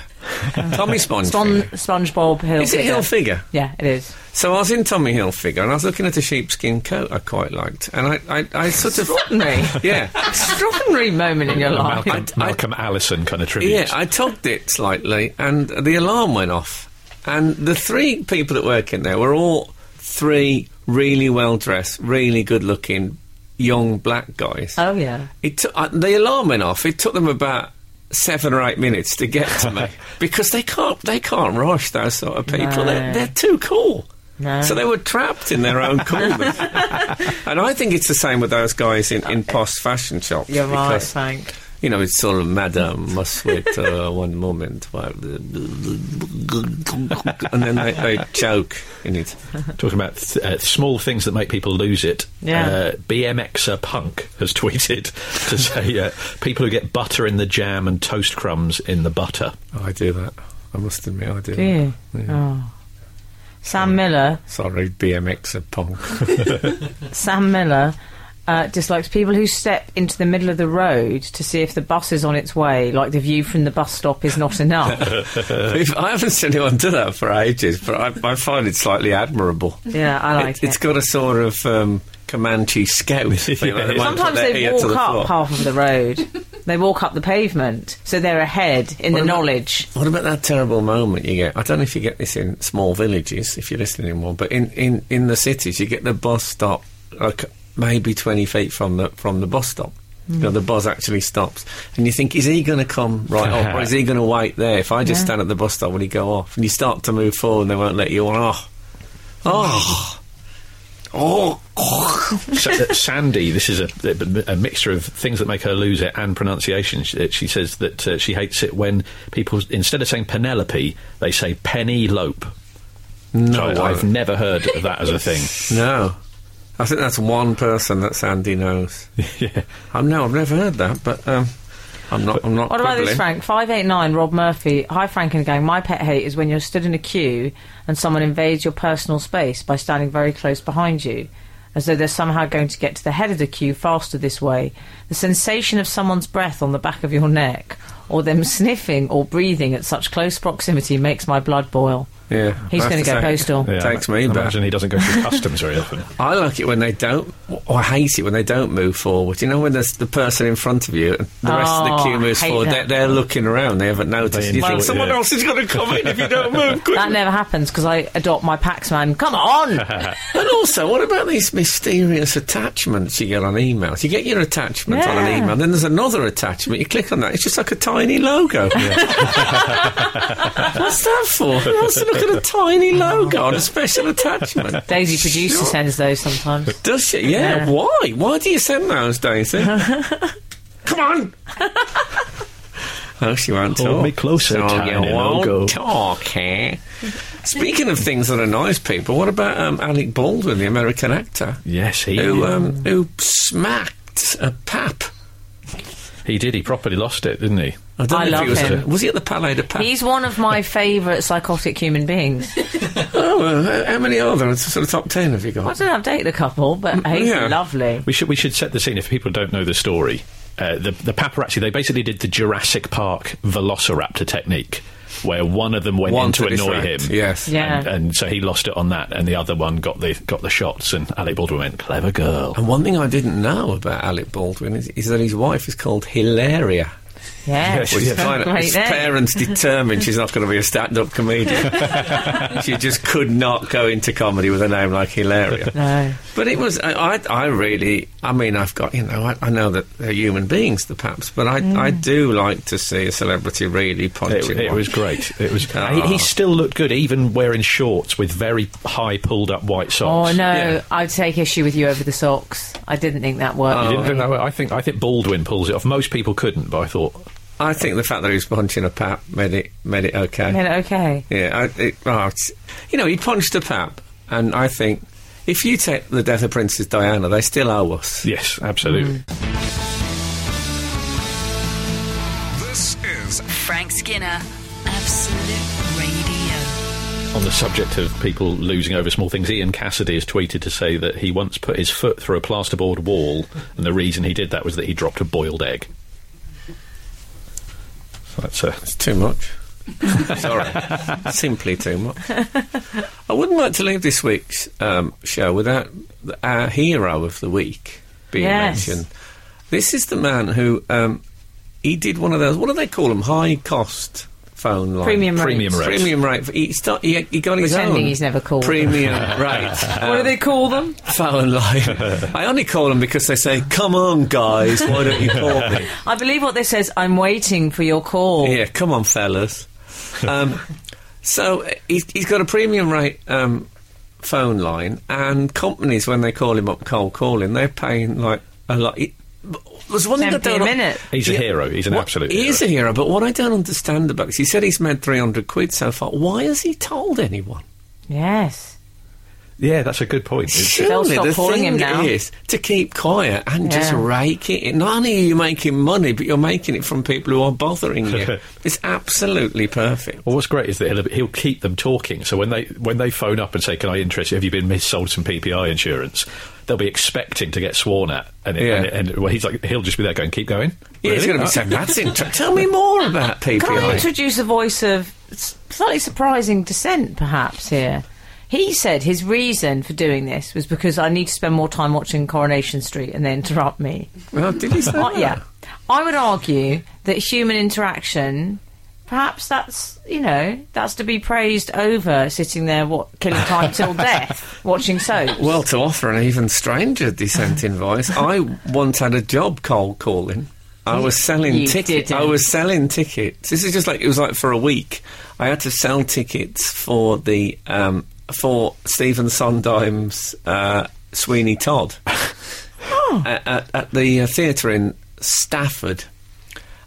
S2: Tommy
S4: Spon-
S2: Spongefinger.
S4: SpongeBob Hill.
S2: Is it
S4: figure.
S2: Hilfiger?
S4: Yeah, it is.
S2: So I was in Tommy Hilfiger and I was looking at a sheepskin coat I quite liked. And I, I, I sort of.
S4: Extraordinary,
S2: Yeah.
S4: extraordinary moment in your
S3: A
S4: life.
S3: Malcolm,
S2: I-
S3: Malcolm Allison kind of tribute.
S2: Yeah, I tugged it slightly, and the alarm went off. And the three people that work in there were all three really well dressed, really good looking young black guys.
S4: Oh yeah.
S2: It took, uh, the alarm went off. It took them about seven or eight minutes to get to me because they can't they can't rush those sort of people.
S4: No.
S2: They're, they're too cool.
S4: No.
S2: So they were trapped in their own coolness. and I think it's the same with those guys in, in posh fashion shops.
S4: You're right,
S2: because
S4: Frank.
S2: you know, it's sort of Madame must wait uh, one moment while the and then they, they choke in it.
S3: Talking about th- uh, small things that make people lose it.
S4: Yeah.
S3: Uh, BMXer Punk has tweeted to say uh, people who get butter in the jam and toast crumbs in the butter.
S2: Oh, I do that. I must admit, I do.
S4: Do you? Oh. Sam Miller
S2: Sorry, BMX and punk.
S4: Sam Miller uh, dislikes people who step into the middle of the road to see if the bus is on its way, like the view from the bus stop is not enough.
S2: If- I haven't seen anyone do that for ages, but I, I find it slightly admirable.
S4: yeah, I like it.
S2: has got a sort of um, Comanche scout. thing, like
S3: Yeah.
S2: they might put
S4: Sometimes
S2: their
S4: they
S2: ear to
S4: walk
S2: the floor.
S4: up half of the road. they walk up the pavement, so they're ahead in the
S2: about-
S4: knowledge.
S2: What about that terrible moment you get? I don't know if you get this in small villages, if you're listening in one, but in, in, in the cities, you get the bus stop like maybe 20 feet from the from the bus stop. You know, the bus actually stops, and you think, is he going to come right up, or is he going to wait there? If I just stand at the bus stop, will he go off? And you start to move forward, and they won't let you on. Oh, oh. Oh,
S3: Sa- uh, Sandy, this is a, a mixture of things that make her lose it and pronunciation. She, she says that uh, she hates it when people, instead of saying Penelope, they say Penny Lope.
S2: no.
S3: So I've never heard of that as a thing.
S2: No. I think that's one person that Sandy knows.
S3: yeah.
S2: Um, no, I've never heard that, but um, I'm not. I'm not.
S4: What about this,
S2: quibbling.
S4: Frank? 589, Rob Murphy. Hi, Frank and gang. My pet hate is when you're stood in a queue and someone invades your personal space by standing very close behind you, as though they're somehow going to get to the head of the queue faster this way. The sensation of someone's breath on the back of your neck, or them sniffing or breathing at such close proximity, makes my blood boil.
S2: Yeah,
S4: He's
S2: that's
S4: going to
S2: the same.
S4: go postal.
S3: Yeah,
S2: Takes
S3: I
S2: me back.
S3: Imagine he doesn't go through customs very often.
S2: I like it when they don't, or I hate it when they don't move forward. You know, when there's the person in front of you and the rest of
S4: Oh,
S2: the queue moves
S4: I hate
S2: forward,
S4: that.
S2: they're, they're looking around, they haven't noticed.
S3: They
S2: you think
S3: enjoy it,
S2: someone
S3: yeah.
S2: else is going to come in if you don't move quickly.
S4: That never happens because I adopt my Paxman. Come on!
S2: And also, what about these mysterious attachments you get on emails? You get your attachment on
S4: Yeah.
S2: an email, then there's another attachment. You click on that, it's just like a tiny logo. What's that for? Who wants to look at a tiny logo on a special attachment?
S4: Daisy producer sends those sometimes.
S2: Does she? Yeah,
S4: Yeah.
S2: why? Why do you send those, Daisy? Come on! Oh, she won't
S3: Hold
S2: talk.
S3: me closer,
S2: Oh,
S3: tiny
S2: you won't
S3: logo.
S2: talk, eh? Speaking of things that annoys people, what about um, Alec Baldwin, the American actor?
S3: Yes, he
S2: who um, who smacked a pap.
S3: he did. He properly lost it, didn't he?
S2: I don't
S4: I
S2: know
S4: love
S2: if he was,
S4: him.
S2: a- was he at the Palais de Pap?
S4: He's one of my favourite psychotic human beings.
S2: oh, uh, how many are there? It's sort of top ten have you
S4: I
S2: got?
S4: don't have date the couple, but he's
S2: yeah.
S4: lovely.
S3: We should we should set the scene if people don't know the story. Uh, the the paparazzi they basically did the Jurassic Park Velociraptor technique, where one of them went
S2: One
S3: in to
S2: to
S3: annoy him.
S2: distract, yes.
S4: Yeah.
S3: And, and so he lost it on that, and the other one got the got the shots. And Alec Baldwin went, "Clever girl."
S2: And one thing I didn't know about Alec Baldwin is, is that his wife is called Hilaria.
S4: Yeah,
S2: Which is
S4: she's
S2: fine.
S4: a great
S2: His
S4: name.
S2: parents determined she's not going to be a stand-up comedian. she just could not go into comedy with a name like Hilaria.
S4: No.
S2: But it was I, I, I really I mean I've got you know I, I know that they're human beings the paps but I I do like to see a celebrity really
S3: It,
S2: punching.
S3: it
S2: one.
S3: was great. It was.
S2: Ah.
S3: he, he still looked good, even wearing shorts with very high pulled up white
S4: Oh
S3: socks.
S4: no,
S2: Yeah.
S4: I'd take issue with you over the socks. I didn't think that worked.
S3: You didn't think that way? I think I think Baldwin pulls it off. Most people couldn't, but I thought
S2: I think the fact that he was punching a pap made it made it okay.
S4: I mean, okay.
S2: Yeah, I, it, oh, it's- you know he punched a pap and I think if you take the death of Princess Diana they still owe us.
S3: yes,
S4: Mm.
S3: absolutely.
S6: This is
S1: Frank Skinner, Absolute Radio.
S3: On the subject of people losing over small things, Ian Cassidy has tweeted to say that he once put his foot through a plasterboard wall, and the reason he did that was that he dropped a boiled egg. So that's a
S2: It's too much. Sorry. Simply too much. I wouldn't like to leave this week's um, show without th- our hero of the week being
S4: Yes.
S2: mentioned. This is the man who um, he did one of those, what do they call them? High cost phone line.
S4: Premium rate.
S3: premium rate.
S2: Premium rate. He, start, he, he got his
S4: Pretending
S2: own
S4: he's never called.
S2: premium rate. Um,
S4: What do they call them?
S2: phone line. I only call them because they say, "Come on, guys, why don't you call me?"
S4: I believe what this says. I'm waiting for your call.
S2: Yeah, come on, fellas. Um, so uh, he's, he's got a premium rate um, phone line, and companies when they call him up cold calling, they're paying like a lot. It, there's one thing I
S4: 10p a
S2: don't-
S4: minute.
S3: he's a
S2: Yeah.
S3: hero. He's an
S2: What-
S3: absolute.
S2: He
S3: hero.
S2: is a hero, but what I don't understand about this, he said he's made 300 quid so far. Why has he told anyone?
S4: Yes.
S3: yeah, that's a good point. It's-
S4: They'll
S2: Surely
S4: stop
S2: the
S4: calling
S2: thing
S4: him now.
S2: is to keep quiet and just
S4: Yeah.
S2: rake it in. Not only are you making money, but you're making it from people who are bothering you. it's absolutely perfect.
S3: well, what's great is that he'll, he'll keep them talking. So when they when they phone up and say, "Can I interest you? Have you been missold some PPI insurance?" They'll be expecting to get sworn at, and, it,
S2: Yeah.
S3: and, it- and it- well, he's like, he'll just be there going, "Keep going."
S2: Yeah, it's going
S3: Really?
S2: to be
S3: Uh,
S2: saying that's interesting. Tell me more about PPI.
S4: Can I introduce a voice of s- slightly surprising dissent, perhaps, here? He said his reason for doing this was because I need to spend more time watching Coronation Street and they interrupt me.
S2: Oh, did he say
S4: Uh,
S2: that?
S4: yeah. I would argue that human interaction, perhaps that's, you know, that's to be praised over sitting there what, killing time till death, watching soaps.
S2: Well, to offer an even stranger dissenting voice, I once had a job cold calling. I was selling
S4: You
S2: tickets.
S4: didn't.
S2: I was selling tickets. This is just like it was like for a week. I had to sell tickets for the um, for Stephen Sondheim's uh, Sweeney Todd
S4: Oh.
S2: at, at, at the uh, theatre in Stafford.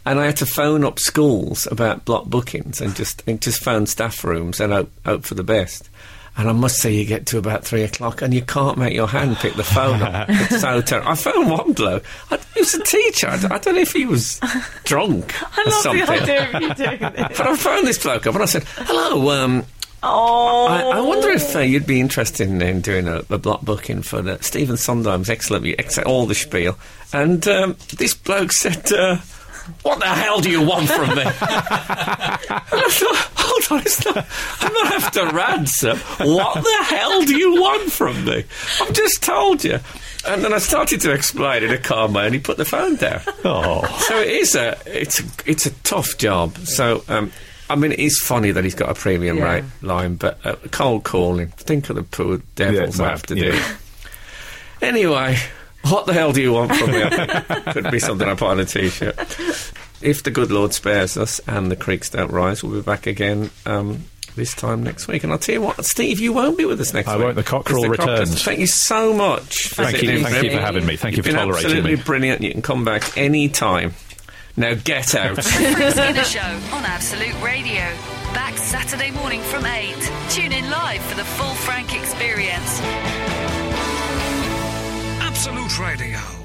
S2: And I had to phone up schools about block bookings and just and just phone staff rooms and hope, hope for the best. And I must say, you get to about three o'clock and you can't make your hand pick the phone up. It's so terrible. I phoned one bloke. I, he was a teacher. I, d- I don't know if he was drunk
S4: I
S2: or
S4: love
S2: something.
S4: the idea of you doing this.
S2: But I phoned this bloke up and I said, "Hello, um,
S4: Oh,
S2: I, I wonder if uh, you'd be interested in, in doing a, a block booking for the Stephen Sondheim's excellent, ex- all the spiel." And um, this bloke said, uh, "What the hell do you want from me?" and I thought, "Hold on, it's not, I'm not after ransom. What the hell do you want from me? I've just told you." And then I started to explain in a calm way, and he put the phone down.
S3: Oh.
S2: So it is a it's a, it's a tough job. So um, I mean, it is funny that he's got a premium
S4: Yeah.
S2: rate line, but uh, cold calling. Think of the poor devils
S3: Yeah,
S2: I have to
S3: yeah.
S2: do. Anyway, what the hell do you want from me? I think Could be something I put on a t-shirt. If the good Lord spares us and the creeks don't rise, we'll be back again. Um, this time next week, and I'll tell you what, Steve, you won't be with us next
S3: I
S2: week.
S3: won't. The cockerel
S2: 'Cause the cockers-
S3: returns.
S2: Thank you so much. for
S3: Thank you,
S2: sitting in
S3: thank you for
S2: me.
S3: having me. Thank you
S2: You've
S3: for
S2: been
S3: tolerating
S2: absolutely
S3: me.
S2: brilliant. You can come back any time. Now get out.
S1: Frank Skinner Show on Absolute Radio. Back Saturday morning from 8. Tune in live for the full Frank experience.
S6: Absolute Radio.